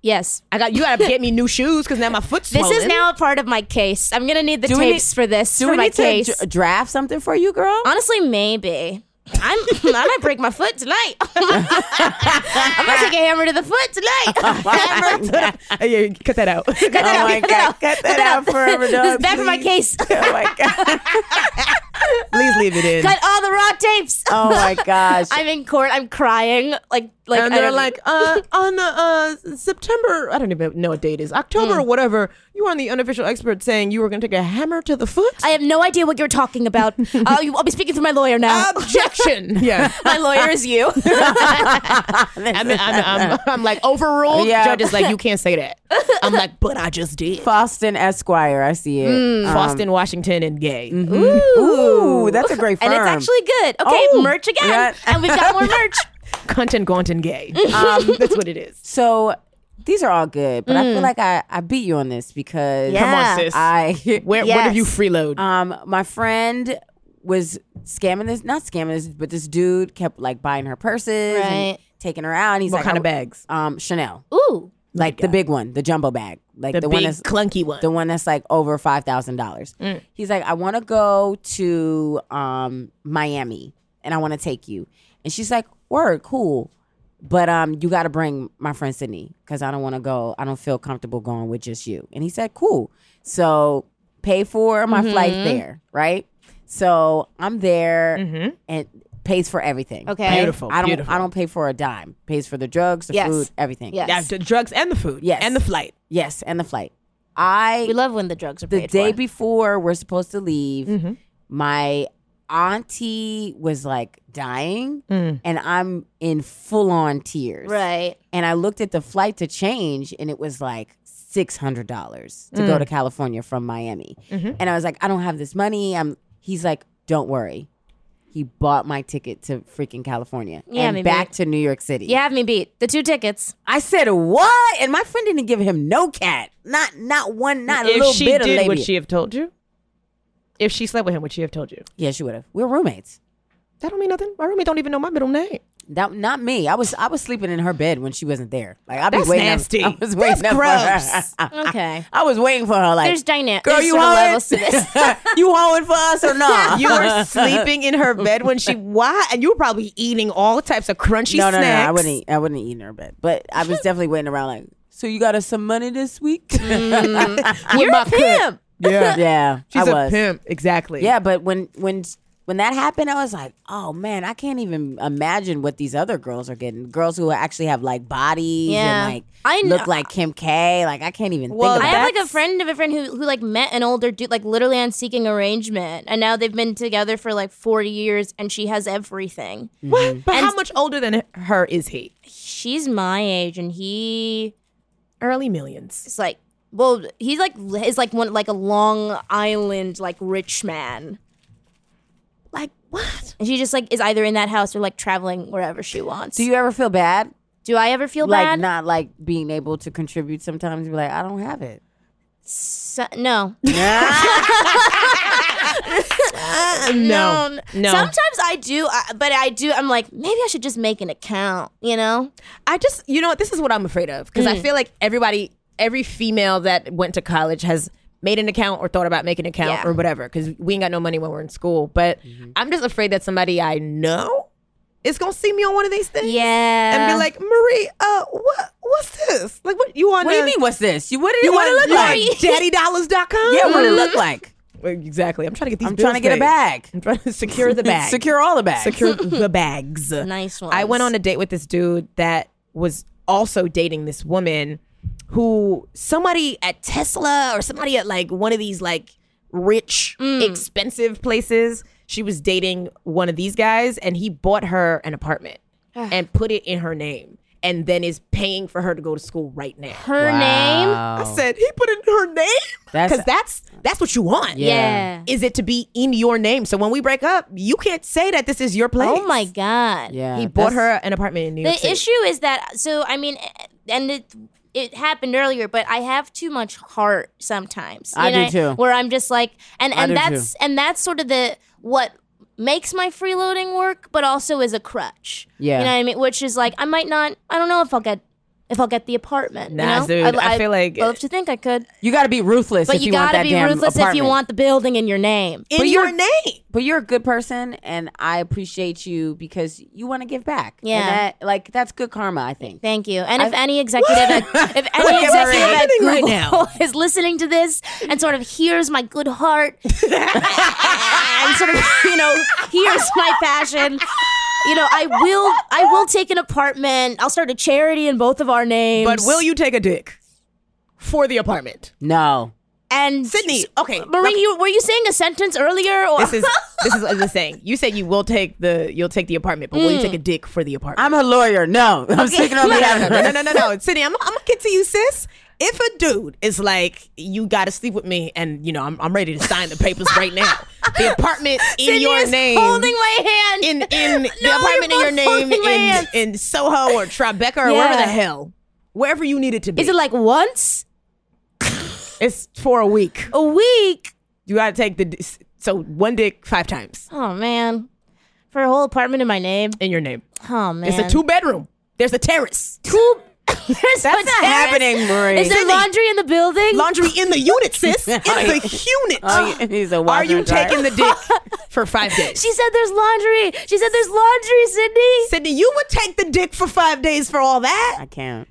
Speaker 4: Yes.
Speaker 2: I got you. Got to get me new shoes because now my foot's.
Speaker 4: This is
Speaker 2: swollen.
Speaker 4: now a part of my case. I'm gonna need the
Speaker 3: Do we
Speaker 4: tapes for this
Speaker 3: Do
Speaker 4: for
Speaker 3: we
Speaker 4: my
Speaker 3: need
Speaker 4: case.
Speaker 3: to uh, dr- draft something for you, girl? Oh
Speaker 4: Honestly, maybe. I'm, I might break my foot tonight. I'm gonna take a hammer to the foot tonight. hammer to the
Speaker 2: Uh, yeah, cut that out.
Speaker 4: Cut that
Speaker 3: Oh
Speaker 4: out.
Speaker 3: my God.
Speaker 4: cut that out.
Speaker 3: Cut that
Speaker 4: Cut that
Speaker 3: out forever,
Speaker 4: this is
Speaker 3: dog,
Speaker 4: bad for my
Speaker 3: please.
Speaker 4: case.
Speaker 3: oh my god.
Speaker 2: Please leave it in.
Speaker 4: Cut all the raw tapes.
Speaker 3: Oh my gosh.
Speaker 4: I'm in court. I'm crying. Like, like
Speaker 2: and
Speaker 4: I
Speaker 2: they're
Speaker 4: don't-
Speaker 2: like, uh, on uh, uh, September, I don't even know what date it is, October or whatever, you were on the unofficial expert saying you were going to take a hammer to the foot.
Speaker 4: I have no idea what you're talking about. uh, you, I'll be speaking to my lawyer now.
Speaker 2: Um, Objection. yeah.
Speaker 4: my lawyer is you.
Speaker 2: I'm, I'm, I'm, I'm like, overruled.
Speaker 3: Yeah.
Speaker 2: Judge is like, you can't say that. I'm like, but I just did.
Speaker 3: Faustin Esquire, I see it.
Speaker 4: Mm.
Speaker 3: Um,
Speaker 2: Boston, Washington, and gay.
Speaker 3: Ooh, that's a great firm.
Speaker 4: and it's actually good. Okay,
Speaker 3: Oh,
Speaker 4: merch again,
Speaker 3: yeah.
Speaker 4: and we've got more merch.
Speaker 2: Cunt and gaunt and gay. Um, that's what it is.
Speaker 3: so. These are all good, but I feel like I, I beat you on this because
Speaker 4: Come on, Mm. Yeah.
Speaker 2: sis.
Speaker 3: I
Speaker 2: Where, What have you
Speaker 4: Yes.
Speaker 2: freeload?
Speaker 3: Um, my friend was scamming this, not scamming this, but this dude kept like buying her purses, and
Speaker 4: Right.
Speaker 3: taking her out. And he's
Speaker 2: what
Speaker 3: like,
Speaker 2: kind
Speaker 3: I-
Speaker 2: of bags?
Speaker 3: Um, Chanel,
Speaker 4: Ooh,
Speaker 3: like the big one, the jumbo bag, like
Speaker 2: The,
Speaker 3: the, one
Speaker 2: big
Speaker 3: that's
Speaker 2: clunky one.
Speaker 3: the one that's like over five thousand dollars.
Speaker 4: Mm.
Speaker 3: He's like, I want to go to um Miami and I want to take you. And she's like, Word, cool, but um, you got to bring my friend Sydney because I don't want to go. I don't feel comfortable going with just you. And he said, Cool. So pay for my
Speaker 4: Mm-hmm.
Speaker 3: flight there, right? So I'm there
Speaker 2: Mm-hmm.
Speaker 3: and pays for everything.
Speaker 4: Mm-hmm. Okay.
Speaker 2: Beautiful,
Speaker 3: I don't.
Speaker 2: beautiful.
Speaker 3: I don't pay for a dime. Pays for the drugs, the
Speaker 4: Yes.
Speaker 3: food, everything.
Speaker 4: yes,
Speaker 2: yeah, the drugs and the food.
Speaker 3: Yes.
Speaker 2: And the flight.
Speaker 3: Yes, and the flight. I
Speaker 4: we love when the drugs are
Speaker 3: the
Speaker 4: paid
Speaker 3: day
Speaker 4: for.
Speaker 3: before we're supposed to leave,
Speaker 2: Mm-hmm.
Speaker 3: my auntie was like dying, and I'm in full on tears.
Speaker 4: right?
Speaker 3: And I looked at the flight to change, and it was like six hundred dollars to
Speaker 2: Mm.
Speaker 3: go to California from Miami.
Speaker 2: Mm-hmm.
Speaker 3: And I was like, I don't have this money. I'm. He's like, don't worry. He bought my ticket to freaking California
Speaker 4: Yeah,
Speaker 3: and
Speaker 4: maybe.
Speaker 3: back to New York City.
Speaker 4: You have me beat. The two tickets.
Speaker 3: I said what? And my friend didn't give him no cat, not not one, not a
Speaker 2: if
Speaker 3: little
Speaker 2: she did,
Speaker 3: bit of labia.
Speaker 2: would she have told you? If she slept with him, would she have told you?
Speaker 3: Yeah, she would have. We were roommates.
Speaker 2: That don't mean nothing. My roommate don't even know my middle name.
Speaker 3: That not me. I was I was sleeping in her bed when she wasn't there. Like I've been
Speaker 2: That's nasty.
Speaker 3: waiting. up- I was
Speaker 2: That's
Speaker 3: waiting up
Speaker 2: gross.
Speaker 3: for her.
Speaker 4: Okay.
Speaker 3: I was waiting for her. Like
Speaker 4: There's dyna-
Speaker 3: Girl,
Speaker 4: there's
Speaker 3: you
Speaker 4: certain
Speaker 3: hoeing?
Speaker 4: levels to this.
Speaker 3: you hoeing for us or not?
Speaker 2: You were sleeping in her bed when she why? And you were probably eating all types of crunchy
Speaker 3: no, no,
Speaker 2: snacks.
Speaker 3: no. I wouldn't. Eat, I wouldn't eat in her bed. But I was definitely waiting around. Like, so you got us some money this week?
Speaker 2: Mm.
Speaker 4: You're a pimp.
Speaker 3: yeah, yeah.
Speaker 2: She's
Speaker 3: I
Speaker 2: a
Speaker 3: was.
Speaker 2: pimp, exactly.
Speaker 3: Yeah, but when when when that happened, I was like, oh man, I can't even imagine what these other girls are getting. Girls who actually have like bodies
Speaker 4: Yeah.
Speaker 3: and like
Speaker 4: I kn-
Speaker 3: look like Kim K. Like I can't even
Speaker 4: Well,
Speaker 3: think
Speaker 4: I
Speaker 3: about
Speaker 4: have like a friend of a friend who who like met an older dude like literally on seeking arrangement, and now they've been together for like forty years, and she has everything.
Speaker 3: Mm-hmm.
Speaker 2: What? But how much older than her is he?
Speaker 4: She's my age, and he
Speaker 2: early millions.
Speaker 4: It's like well, he's like is like one like a Long Island like rich man.
Speaker 2: Like what?
Speaker 4: And she just like is either in that house or like traveling wherever she wants.
Speaker 3: Do you ever feel bad?
Speaker 4: Do I ever feel
Speaker 3: like
Speaker 4: bad?
Speaker 3: not like being able to contribute sometimes? Be like, I don't have it.
Speaker 4: So, no.
Speaker 2: No. No.
Speaker 4: Sometimes I do, I, but I do. I'm like, maybe I should just make an account. You know.
Speaker 2: I just, you know, what? this is what I'm afraid of because I
Speaker 4: Mm.
Speaker 2: feel like everybody, every female that went to college has made an account or thought about making an account
Speaker 4: Yeah.
Speaker 2: or whatever because we ain't got no money when we're in school. But I'm just afraid that somebody I know is gonna see me on one of these things,
Speaker 4: yeah,
Speaker 2: and be like, Marie, uh, what, what's this? Like, what you want?
Speaker 3: What do you mean? What's this? You what? do
Speaker 2: You want to look like
Speaker 3: Marie?
Speaker 2: daddydollars.com?
Speaker 3: Yeah, what it look like?
Speaker 2: Exactly. I'm trying to get these.
Speaker 3: I'm trying
Speaker 2: bills
Speaker 3: to get a
Speaker 2: paid.
Speaker 3: bag.
Speaker 2: I'm trying to secure the bag.
Speaker 3: Secure all the bags.
Speaker 2: Secure the bags.
Speaker 4: Nice one.
Speaker 2: I went on a date with this dude that was also dating this woman who somebody at Tesla or somebody at like one of these like rich, expensive places. She was dating one of these guys and he bought her an apartment and put it in her name and then is paying for her to go to school right now.
Speaker 4: Her name? Wow.
Speaker 2: I said he put in her name
Speaker 3: Oh. That's-
Speaker 2: because that's that's what you want.
Speaker 4: Yeah.
Speaker 2: Is it to be in your name? So when we break up, you can't say that this is your place.
Speaker 4: Oh my god.
Speaker 3: Yeah.
Speaker 2: He bought
Speaker 3: that's-
Speaker 2: her an apartment in New York.
Speaker 4: The
Speaker 2: City.
Speaker 4: issue is that so I mean, eh, and it it happened earlier, but I have too much heart sometimes.
Speaker 3: I
Speaker 4: know,
Speaker 3: do too.
Speaker 4: Where I'm just like, and
Speaker 3: I
Speaker 4: and
Speaker 3: do
Speaker 4: that's
Speaker 3: too.
Speaker 4: and that's sort of the what makes my freeloading work, but also is a crutch.
Speaker 3: Yeah.
Speaker 4: You know what I mean? Which is like I might not. I don't know if I'll get. If I'll get the apartment,
Speaker 3: Nah,
Speaker 4: you know?
Speaker 3: dude, I feel like-
Speaker 4: love to think I could,
Speaker 3: You got to be ruthless.
Speaker 4: but
Speaker 3: if
Speaker 4: you,
Speaker 3: you, want
Speaker 4: gotta
Speaker 3: that
Speaker 4: be
Speaker 3: damn
Speaker 4: ruthless if you
Speaker 3: apartment.
Speaker 4: want the building in your name.
Speaker 3: But you're-
Speaker 2: name.
Speaker 3: But you're a good person, and I appreciate you because you want to give back. And
Speaker 4: Yeah.
Speaker 3: that- like that's good karma, I think.
Speaker 4: Thank you. And if any executive, at, if
Speaker 3: Look
Speaker 4: any
Speaker 3: at what's
Speaker 4: executive at
Speaker 3: happening right
Speaker 4: Google
Speaker 3: now.
Speaker 4: is listening to this and sort of hears my good heart and sort of you know hears my passion, you know, I will I will take an apartment. I'll start a charity in both of our names.
Speaker 2: But will you take a dick for the apartment?
Speaker 3: No.
Speaker 4: And
Speaker 2: Sydney, okay,
Speaker 4: Marie, you, were you saying a sentence earlier? Or
Speaker 2: This is this is the thing. You said you will take the you'll take the apartment, but will you
Speaker 4: Mm.
Speaker 2: take a dick for the apartment?
Speaker 3: I'm a lawyer. No, I'm speaking on
Speaker 2: no,
Speaker 3: behalf
Speaker 2: no,
Speaker 3: of
Speaker 2: no, no, no, no, no. Sydney, I'm, I'm gonna get to you, sis. If a dude is like, you gotta sleep with me, and you know, I'm, I'm ready to sign the papers right now. The apartment in
Speaker 4: Sydney
Speaker 2: your
Speaker 4: is
Speaker 2: name,
Speaker 4: holding my hand
Speaker 2: in in
Speaker 4: No,
Speaker 2: the apartment in your
Speaker 4: you're both
Speaker 2: name
Speaker 4: holding my
Speaker 2: in,
Speaker 4: hands.
Speaker 2: in Soho or Tribeca or wherever the
Speaker 4: Yeah.
Speaker 2: hell, wherever you need it to be.
Speaker 4: Is it like once
Speaker 2: It's for a week.
Speaker 4: a week?
Speaker 2: You gotta take the d- so one dick five times
Speaker 4: Oh man, for a whole apartment in my name.
Speaker 2: in your name.
Speaker 4: Oh man,
Speaker 2: It's a two bedroom. There's a terrace.
Speaker 4: two. There's That's
Speaker 2: not happening, Marie.
Speaker 4: Is there
Speaker 2: Sydney.
Speaker 4: laundry in the building?
Speaker 2: Laundry in the unit, sis. In the unit.
Speaker 3: Oh, He's a
Speaker 2: Are you
Speaker 3: walking dryer.
Speaker 2: taking the dick for five days?
Speaker 4: She said there's laundry. She said there's laundry, Sydney.
Speaker 2: Sydney, you would take the dick for five days for all that?
Speaker 3: I can't.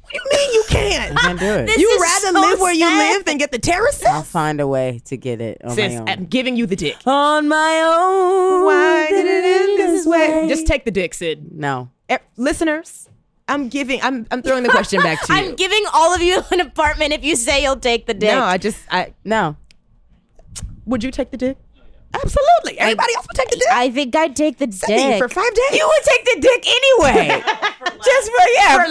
Speaker 2: What do you mean you can't?
Speaker 3: I can't do it.
Speaker 4: This
Speaker 2: you
Speaker 4: is
Speaker 2: rather
Speaker 4: so
Speaker 2: live where you
Speaker 4: sad.
Speaker 2: live than get the terraces?
Speaker 3: I'll find a way to get it on
Speaker 2: Sis,
Speaker 3: my own. Oh,
Speaker 2: I'm giving you the dick.
Speaker 3: on my own.
Speaker 2: Why did it end this way? Just take the dick, Sid.
Speaker 3: No.
Speaker 2: Eh, Listeners, I'm giving. I'm. I'm throwing the question back to you.
Speaker 4: I'm giving all of you an apartment if you say you'll take the dick.
Speaker 2: no, I just. I
Speaker 3: No.
Speaker 2: would you take the dick? Absolutely. Everybody else would take the dick.
Speaker 4: I think I'd take the
Speaker 2: Sydney,
Speaker 4: dick.
Speaker 2: for five days.
Speaker 3: You would take the dick anyway. Just for yeah, for,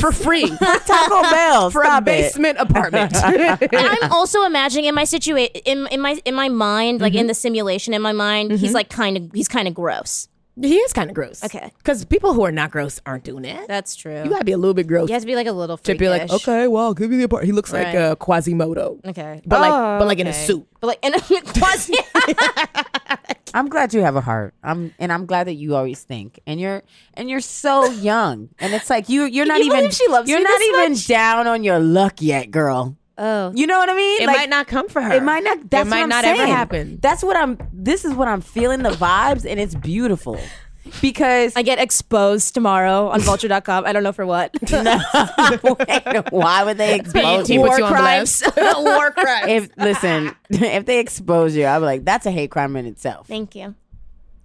Speaker 2: for free,
Speaker 3: Taco Bell.
Speaker 2: for a
Speaker 3: Stop it.
Speaker 2: basement apartment.
Speaker 4: and I'm also imagining in my situation, in, in my in my mind, like in the simulation in my mind, he's like kind of he's kind of gross.
Speaker 2: he is kind of gross.
Speaker 4: Okay.
Speaker 2: because people who are not gross aren't doing that.
Speaker 4: That's true.
Speaker 2: You gotta be a little bit gross
Speaker 4: You have to be like a little
Speaker 2: to
Speaker 4: freakish.
Speaker 2: be like, okay, well, give me the apartment. He looks like
Speaker 4: Right.
Speaker 2: uh, Quasimodo,
Speaker 4: okay,
Speaker 2: but like,
Speaker 3: Oh,
Speaker 2: but like in a
Speaker 3: okay.
Speaker 2: suit.
Speaker 4: but like and quasi.
Speaker 3: I'm glad you have a heart. I'm and I'm glad that you always think. And you're and you're so young. And it's like you you're not
Speaker 4: you
Speaker 3: even
Speaker 4: believe she loves
Speaker 3: you're
Speaker 4: me
Speaker 3: not
Speaker 4: this
Speaker 3: even
Speaker 4: much?
Speaker 3: down on your luck yet, girl.
Speaker 4: oh,
Speaker 3: You know what I mean?
Speaker 2: It
Speaker 3: Like,
Speaker 2: might not come for her.
Speaker 3: It might not. That's
Speaker 2: might
Speaker 3: what I'm
Speaker 2: not ever
Speaker 3: saying.
Speaker 2: happen.
Speaker 3: That's what I'm. This is what I'm feeling the vibes, and it's beautiful. because
Speaker 4: I get exposed tomorrow on vulture.com. I don't know for what.
Speaker 3: Why would they expose you?
Speaker 4: War crimes. War crimes.
Speaker 3: If listen, if they expose you, I'm like, that's a hate crime in itself.
Speaker 4: Thank you.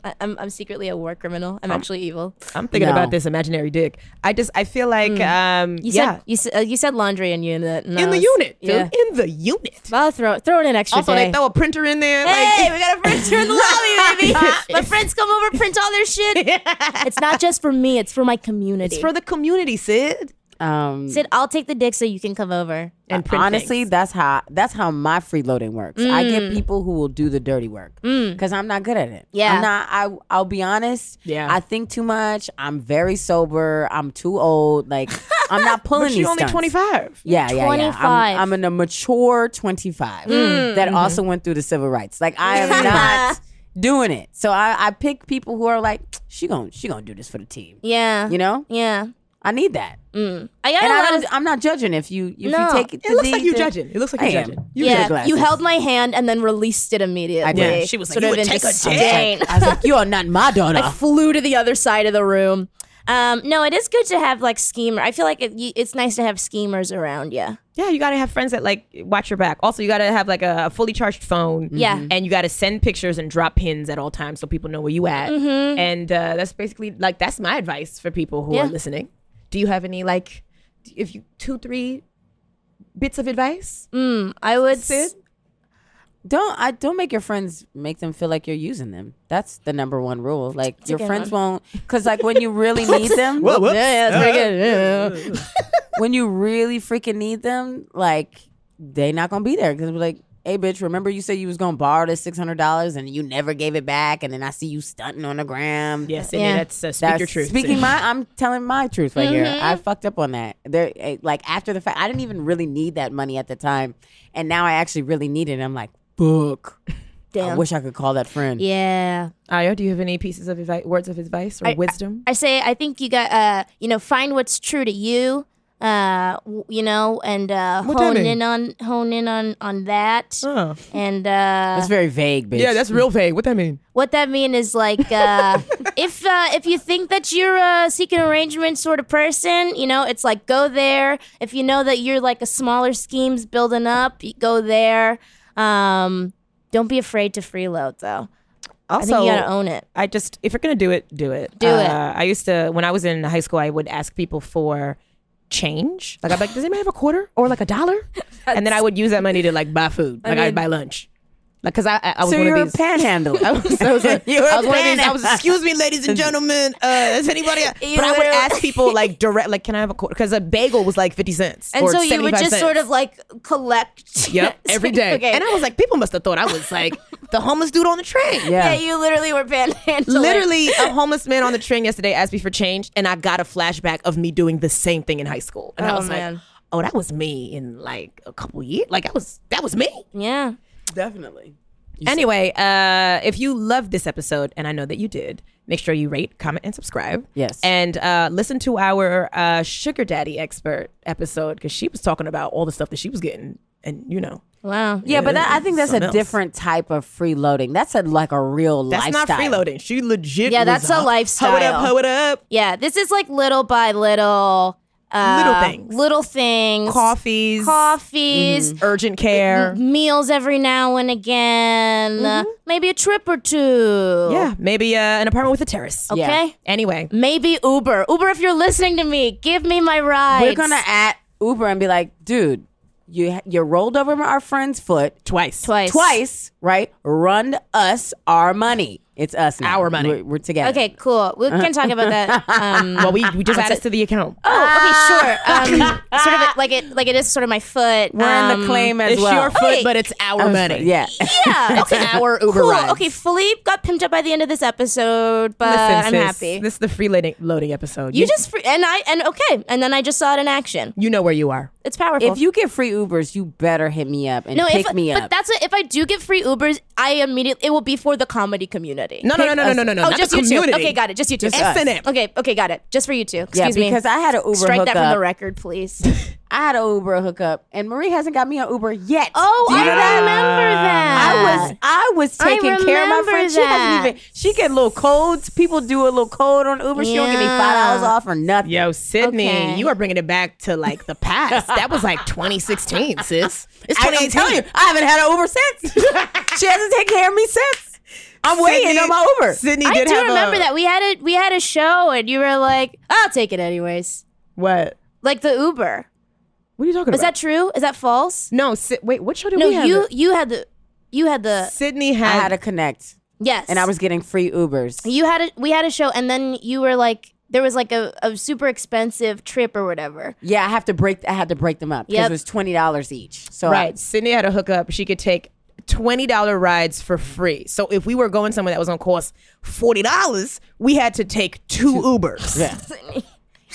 Speaker 4: I, I'm, I'm secretly a war criminal.
Speaker 2: Um,
Speaker 4: I'm actually evil.
Speaker 2: I'm thinking
Speaker 3: No.
Speaker 2: about this imaginary dick. I just I feel
Speaker 3: Mm.
Speaker 2: like um
Speaker 4: You
Speaker 2: yeah.
Speaker 4: said you, s- uh, you said laundry in unit. and I
Speaker 2: in the
Speaker 4: was-
Speaker 2: unit, dude.
Speaker 4: Yeah.
Speaker 2: In the unit.
Speaker 4: Well, throw throw in an extra
Speaker 2: Also,
Speaker 4: day.
Speaker 2: they throw a printer in there.
Speaker 4: Hey,
Speaker 2: like,
Speaker 4: we got a printer in the lobby, baby. My friends come over, print all their shit. It's not just for me; it's for my community.
Speaker 2: it's for the community, Sid.
Speaker 3: Um,
Speaker 4: Sid, I'll take the dick so you can come over.
Speaker 2: And print
Speaker 3: honestly,
Speaker 2: things.
Speaker 3: that's how that's how my freeloading works. I get
Speaker 4: Mm.
Speaker 3: people who will do the dirty work
Speaker 2: Mm.
Speaker 3: because I'm not good at it.
Speaker 4: Yeah.
Speaker 3: I'm not. I I'll be honest.
Speaker 2: Yeah.
Speaker 3: I think too much. I'm very sober. I'm too old. Like I'm not pulling
Speaker 2: but
Speaker 3: these
Speaker 2: you're only
Speaker 3: stunts.
Speaker 2: 25.
Speaker 3: Yeah, yeah, yeah.
Speaker 4: 25.
Speaker 3: I'm, I'm in a mature 25
Speaker 2: Mm.
Speaker 3: that
Speaker 2: Mm-hmm.
Speaker 3: also went through the civil rights. Like I am not doing it. So I, I pick people who are like, she gon' she gonna do this for the team.
Speaker 4: Yeah,
Speaker 3: You know,
Speaker 4: yeah.
Speaker 3: I need that.
Speaker 4: I got
Speaker 3: And
Speaker 4: a
Speaker 3: I
Speaker 4: lot
Speaker 3: don't,
Speaker 4: of.
Speaker 3: I'm not judging if you if
Speaker 4: No.
Speaker 3: you take it.
Speaker 2: It looks like you judging. It looks like
Speaker 3: I
Speaker 2: you
Speaker 3: am.
Speaker 2: judging.
Speaker 3: You
Speaker 4: yeah,
Speaker 3: got glasses.
Speaker 4: you held my hand and then released it immediately.
Speaker 3: I did.
Speaker 2: She was like,
Speaker 4: sort
Speaker 2: "You
Speaker 4: of
Speaker 2: would
Speaker 4: in
Speaker 2: take a dick."
Speaker 4: disdain.
Speaker 3: I was like, you are not my daughter.
Speaker 4: I flew to the other side of the room. Um, no, it is good to have like schemer. I feel like it, y- it's nice to have schemers around you.
Speaker 2: Yeah, you gotta have friends that like watch your back. Also, you gotta have like a, a fully charged phone.
Speaker 4: Yeah. Mhm.
Speaker 2: and you gotta send pictures and drop pins at all times so people know where you at. And uh, that's basically like that's my advice for people who
Speaker 4: Mm-hmm. Yeah.
Speaker 2: are listening. Do you have any like, if you two three bits of advice?
Speaker 4: Mm-hmm. I would. s-
Speaker 2: Sid?
Speaker 3: don't I don't make your friends make them feel like you're using them. That's the number one rule. Like your
Speaker 4: good
Speaker 3: friends won't, because like when you really need them, Yeah, yeah, that's pretty good. Yeah, yeah. when you really freaking need them, like they not gonna be there because like, hey, bitch, remember you said you was gonna borrow this six hundred dollars and you never gave it back, and then I see you stunting on the gram.
Speaker 2: Yes, Sydney,
Speaker 4: Yeah.
Speaker 2: that's uh, speak
Speaker 3: That's
Speaker 2: your truth.
Speaker 3: Speaking
Speaker 2: Sydney.
Speaker 3: my, I'm telling my truth right here. I fucked up on that. There, eh, like after the fact, I didn't even really need that money at the time, and now I actually really need it. And I'm like, fuck. I
Speaker 4: Damn.
Speaker 3: wish I could call that friend.
Speaker 4: yeah.
Speaker 2: Ayo, do you have any pieces of advice, words of advice or wisdom?
Speaker 4: I say I think you got uh you know find what's true to you uh w- you know and uh
Speaker 2: What
Speaker 4: hone
Speaker 2: that mean?
Speaker 4: in on hone in on on that
Speaker 2: oh.
Speaker 4: and uh
Speaker 3: That's very vague, bitch.
Speaker 2: Yeah, that's real vague. What that mean?
Speaker 4: what that mean is like uh if uh if you think that you're a seeking arrangement sort of person you know it's like go there if you know that you're like a smaller scheme's building up you go there um don't be afraid to freeload though I think you gotta own it
Speaker 2: I just if you're gonna do it, do it. Uh,
Speaker 4: Do it.
Speaker 2: I used to when I was in high school, I would ask people for change. Like I'd be like, does anybody have a quarter or like a dollar? and then I would use that money to like buy food. Like I would buy lunch. Like cause I I, I was
Speaker 3: so
Speaker 2: one
Speaker 3: you're
Speaker 2: of these.
Speaker 3: a panhandler. I was,
Speaker 2: I was like,
Speaker 3: you're
Speaker 2: I
Speaker 3: a
Speaker 2: was one of these. I
Speaker 3: panhandler.
Speaker 2: was, excuse me, ladies and gentlemen. Uh, is anybody? But I would
Speaker 4: literally-
Speaker 2: ask people like direct, like, can I have a quarter? Because a bagel was like fifty cents,
Speaker 4: and
Speaker 2: or
Speaker 4: so you would
Speaker 2: 75
Speaker 4: just
Speaker 2: cents.
Speaker 4: sort of like collect
Speaker 2: Yep, every day.
Speaker 4: Okay.
Speaker 2: And I was like, people must have thought I was like the homeless dude on the train.
Speaker 3: Yeah.
Speaker 4: Yeah, you literally were panhandling.
Speaker 2: Literally, a homeless man on the train yesterday asked me for change, and I got a flashback of me doing the same thing in high school. And I
Speaker 4: Oh,
Speaker 2: was
Speaker 4: man.
Speaker 2: like, oh, that was me in like a couple years. Like, that was that was me.
Speaker 4: Yeah.
Speaker 3: Definitely.
Speaker 2: Anyway, uh, if you loved this episode, and I know that you did, make sure you rate, comment, and subscribe.
Speaker 3: Yes.
Speaker 2: And uh, listen to our uh, Sugar Daddy Expert episode because she was talking about all the stuff that she was getting. And, you know,
Speaker 4: Wow.
Speaker 3: Yeah, but that, I think that's a
Speaker 2: Something else.
Speaker 3: different type of freeloading. That's a like a real
Speaker 2: that's
Speaker 3: lifestyle.
Speaker 2: not freeloading. She legit.
Speaker 4: Yeah,
Speaker 2: was
Speaker 4: that's a
Speaker 2: Hoe it up,
Speaker 4: lifestyle.
Speaker 2: hoe it up.
Speaker 4: Yeah, this is like little by little. Uh,
Speaker 2: Little things.
Speaker 4: Little things.
Speaker 2: Coffees. Mm-hmm.
Speaker 4: Coffees.
Speaker 2: Urgent care.
Speaker 4: Meals every now and again. Uh,
Speaker 3: Mm-hmm.
Speaker 4: maybe a trip or two.
Speaker 2: Yeah, maybe uh, an apartment with a terrace.
Speaker 4: Mm-hmm. Okay.
Speaker 2: Anyway,
Speaker 4: Maybe Uber. Uber, if you're listening to me, give me my ride.
Speaker 3: We're gonna at Uber and be like, dude, you you rolled over our friend's foot
Speaker 2: twice.
Speaker 4: twice.
Speaker 3: twice, right? Run us our money. It's us now.
Speaker 2: Our money.
Speaker 3: We're, we're together.
Speaker 4: Okay, cool. We can talk about that. Um,
Speaker 2: Well, we, we just add us to the account.
Speaker 4: oh, okay, sure. Um, sort of like it, like it is sort of my foot.
Speaker 3: We're in
Speaker 4: Um,
Speaker 3: the claim as
Speaker 2: it's
Speaker 3: well.
Speaker 2: your foot, but it's our money.
Speaker 3: Yeah.
Speaker 4: Yeah.
Speaker 2: It's an hour Uber
Speaker 4: cool.
Speaker 2: rides.
Speaker 4: Okay, Philippe got pimped up by the end of this episode, but
Speaker 2: Listen,
Speaker 4: Uh, I'm
Speaker 2: sis,
Speaker 4: happy.
Speaker 2: This is the free loading, loading episode.
Speaker 4: you just free- and I and okay, and then I just saw it in action.
Speaker 2: you know where you are.
Speaker 4: It's powerful.
Speaker 3: if you get free Ubers, you better hit me up and
Speaker 4: no,
Speaker 3: pick
Speaker 4: if
Speaker 3: me
Speaker 4: but
Speaker 3: up.
Speaker 4: that's it. if I do get free Ubers, I immediately it will be for the comedy community. comedy?
Speaker 2: No, no, no, no, no, no, no, no,
Speaker 4: Oh,
Speaker 2: not
Speaker 4: just
Speaker 2: the
Speaker 4: you two.
Speaker 2: community.
Speaker 4: Okay, got it. Just you two.
Speaker 2: Just us. S&M.
Speaker 4: Okay, okay, got it. Just for you two.
Speaker 3: Yeah,
Speaker 4: Excuse me.
Speaker 3: because I had an Uber
Speaker 4: Strike that from the
Speaker 3: hookup.
Speaker 4: record, please.
Speaker 3: I had an Uber hookup, and Marie hasn't got me an Uber yet.
Speaker 4: Oh,
Speaker 3: Do you
Speaker 4: I
Speaker 3: know that?
Speaker 4: remember that.
Speaker 3: I was I was
Speaker 4: I
Speaker 3: taking care of my
Speaker 4: remember
Speaker 3: friend. She hasn't
Speaker 4: that.
Speaker 3: even. She get little codes. People do a little code on Uber. She don't give me five dollars off or nothing.
Speaker 2: Yo, Sydney,
Speaker 3: Okay.
Speaker 2: you are bringing it back to like the past. that was like 2016, sis. It's
Speaker 3: I am
Speaker 2: 2018.
Speaker 3: telling you, I haven't had an Uber since. she hasn't taken care of me since. I'm waiting
Speaker 2: Sydney-
Speaker 3: on my Uber.
Speaker 2: Sydney
Speaker 4: I
Speaker 2: did
Speaker 4: do
Speaker 2: have
Speaker 4: remember
Speaker 2: a,
Speaker 4: that we had a we had a show and you were like, "I'll take it anyways."
Speaker 2: What?
Speaker 4: Like the Uber.
Speaker 2: What are you talking
Speaker 4: Is
Speaker 2: about?
Speaker 4: that true? Is that false?
Speaker 2: no, Sy- wait. What show did
Speaker 4: No,
Speaker 2: we have?
Speaker 4: you you had the you had the
Speaker 2: Sydney
Speaker 3: I
Speaker 2: had.
Speaker 3: had to connect,
Speaker 4: yes.
Speaker 3: and I was getting free Ubers.
Speaker 4: you had a, we had a show and then you were like there was like a, a super expensive trip or whatever.
Speaker 3: Yeah, I have to break. I had to break them up because
Speaker 4: Yep.
Speaker 3: it was twenty dollars each. So I-
Speaker 2: right. Sydney had a hookup. She could take twenty dollar rides for free. So if we were going somewhere that was going to cost forty dollars, we had to take two, Ubers.
Speaker 3: Yeah.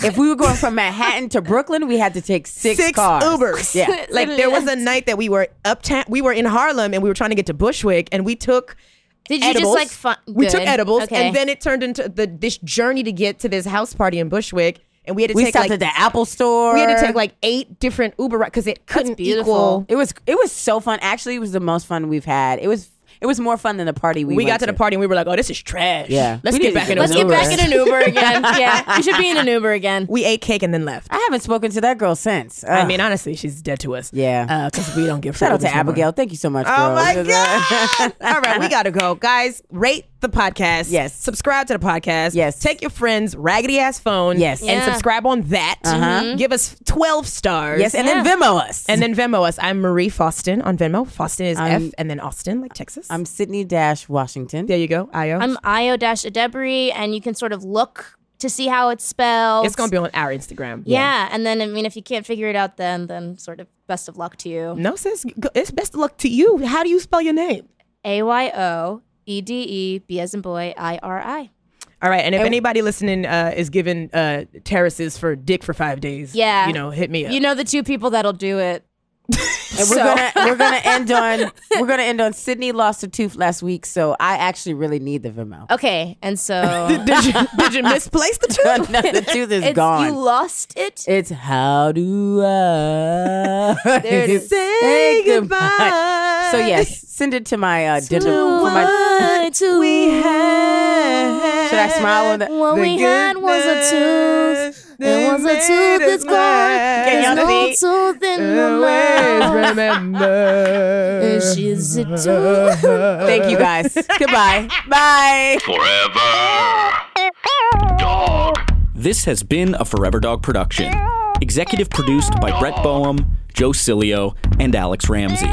Speaker 3: if we were going from Manhattan to Brooklyn, we had to take six,
Speaker 2: Six
Speaker 3: cars.
Speaker 2: Ubers.
Speaker 3: Yeah.
Speaker 2: Like there was a night that we were uptown, we were in Harlem, and we were trying to get to Bushwick, and we took
Speaker 4: Did you
Speaker 2: edibles.
Speaker 4: just like fu-
Speaker 2: we took
Speaker 4: good.
Speaker 2: edibles,
Speaker 4: Okay.
Speaker 2: and then it turned into the this journey to get to this house party in Bushwick, and we had to
Speaker 3: We
Speaker 2: take
Speaker 3: stopped
Speaker 2: like
Speaker 3: at the Apple Store.
Speaker 2: we had to take like eight different Uber rides because it couldn't
Speaker 4: beautiful.
Speaker 2: equal.
Speaker 3: It was it was so fun. Actually, it was the most fun we've had. It was it was more fun than the party we
Speaker 2: We
Speaker 3: went
Speaker 2: got to the party and we were like, "Oh, this is trash.
Speaker 3: Yeah.
Speaker 2: let's
Speaker 3: We need
Speaker 2: get
Speaker 3: to
Speaker 2: back
Speaker 3: get
Speaker 2: in
Speaker 3: an
Speaker 4: Let's get
Speaker 3: Uber.
Speaker 4: back in an Uber again. yeah, you should be in an Uber again.
Speaker 2: We ate cake and then left.
Speaker 3: I haven't spoken to that girl since.
Speaker 2: I
Speaker 3: Ugh.
Speaker 2: mean, honestly, she's dead to us.
Speaker 3: Yeah.
Speaker 2: because we don't give
Speaker 3: shout out
Speaker 2: free
Speaker 3: to
Speaker 2: Ubers no more.
Speaker 3: Abigail. Thank you so much.
Speaker 2: Oh
Speaker 3: girl.
Speaker 2: my
Speaker 3: Because,
Speaker 2: god!
Speaker 3: uh,
Speaker 2: All right, we gotta go, guys. Rate the podcast.
Speaker 3: Yes.
Speaker 2: Subscribe to the podcast.
Speaker 3: Yes.
Speaker 2: Take your friend's raggedy ass phone.
Speaker 3: Yes. Uh-huh.
Speaker 2: And
Speaker 4: Yeah.
Speaker 2: subscribe on that. Mm-hmm. Give us twelve stars.
Speaker 3: yes, and then Venmo us.
Speaker 2: And then Venmo us. I'm Marie Faustin on Venmo. Faustin is F, and then Austin, like Texas.
Speaker 3: I'm Sydney Dash Washington.
Speaker 2: there you go. Io.
Speaker 4: I'm Io Dash Adebri, and you can sort of look to see how it's spelled.
Speaker 2: it's gonna be on our Instagram.
Speaker 4: yeah. and then I mean, if you can't figure it out, then then sort of best of luck to you.
Speaker 2: No, sis. g- It's best of luck to you. How do you spell your name?
Speaker 4: A Y O E D E B as in boy I R I.
Speaker 2: All right, and if anybody listening uh, is given uh, terraces for dick for five days,
Speaker 4: Yeah.
Speaker 2: you know, hit me up.
Speaker 4: You know the two people that'll do it.
Speaker 3: And we're gonna we're gonna end on we're gonna end on Sydney lost her tooth last week, so I actually really need the Venmo.
Speaker 4: Okay, and so
Speaker 2: did, you, did you misplace the tooth?
Speaker 3: no, the tooth is
Speaker 4: it's,
Speaker 3: gone.
Speaker 4: you lost it.
Speaker 3: It's how do I
Speaker 4: There it is.
Speaker 3: say goodbye? So yes, send it to my uh, digital. For my,
Speaker 4: What we had.
Speaker 3: should I smile on the?
Speaker 4: What we had was a tooth. It was a tooth that's gone. There's no tooth in my mouth. And she's a tooth.
Speaker 3: Thank you guys. Goodbye. Bye.
Speaker 1: Forever. Dog.
Speaker 11: This has been a Forever Dog production. Executive produced by Brett Boehm, Joe Cilio, and Alex Ramsey.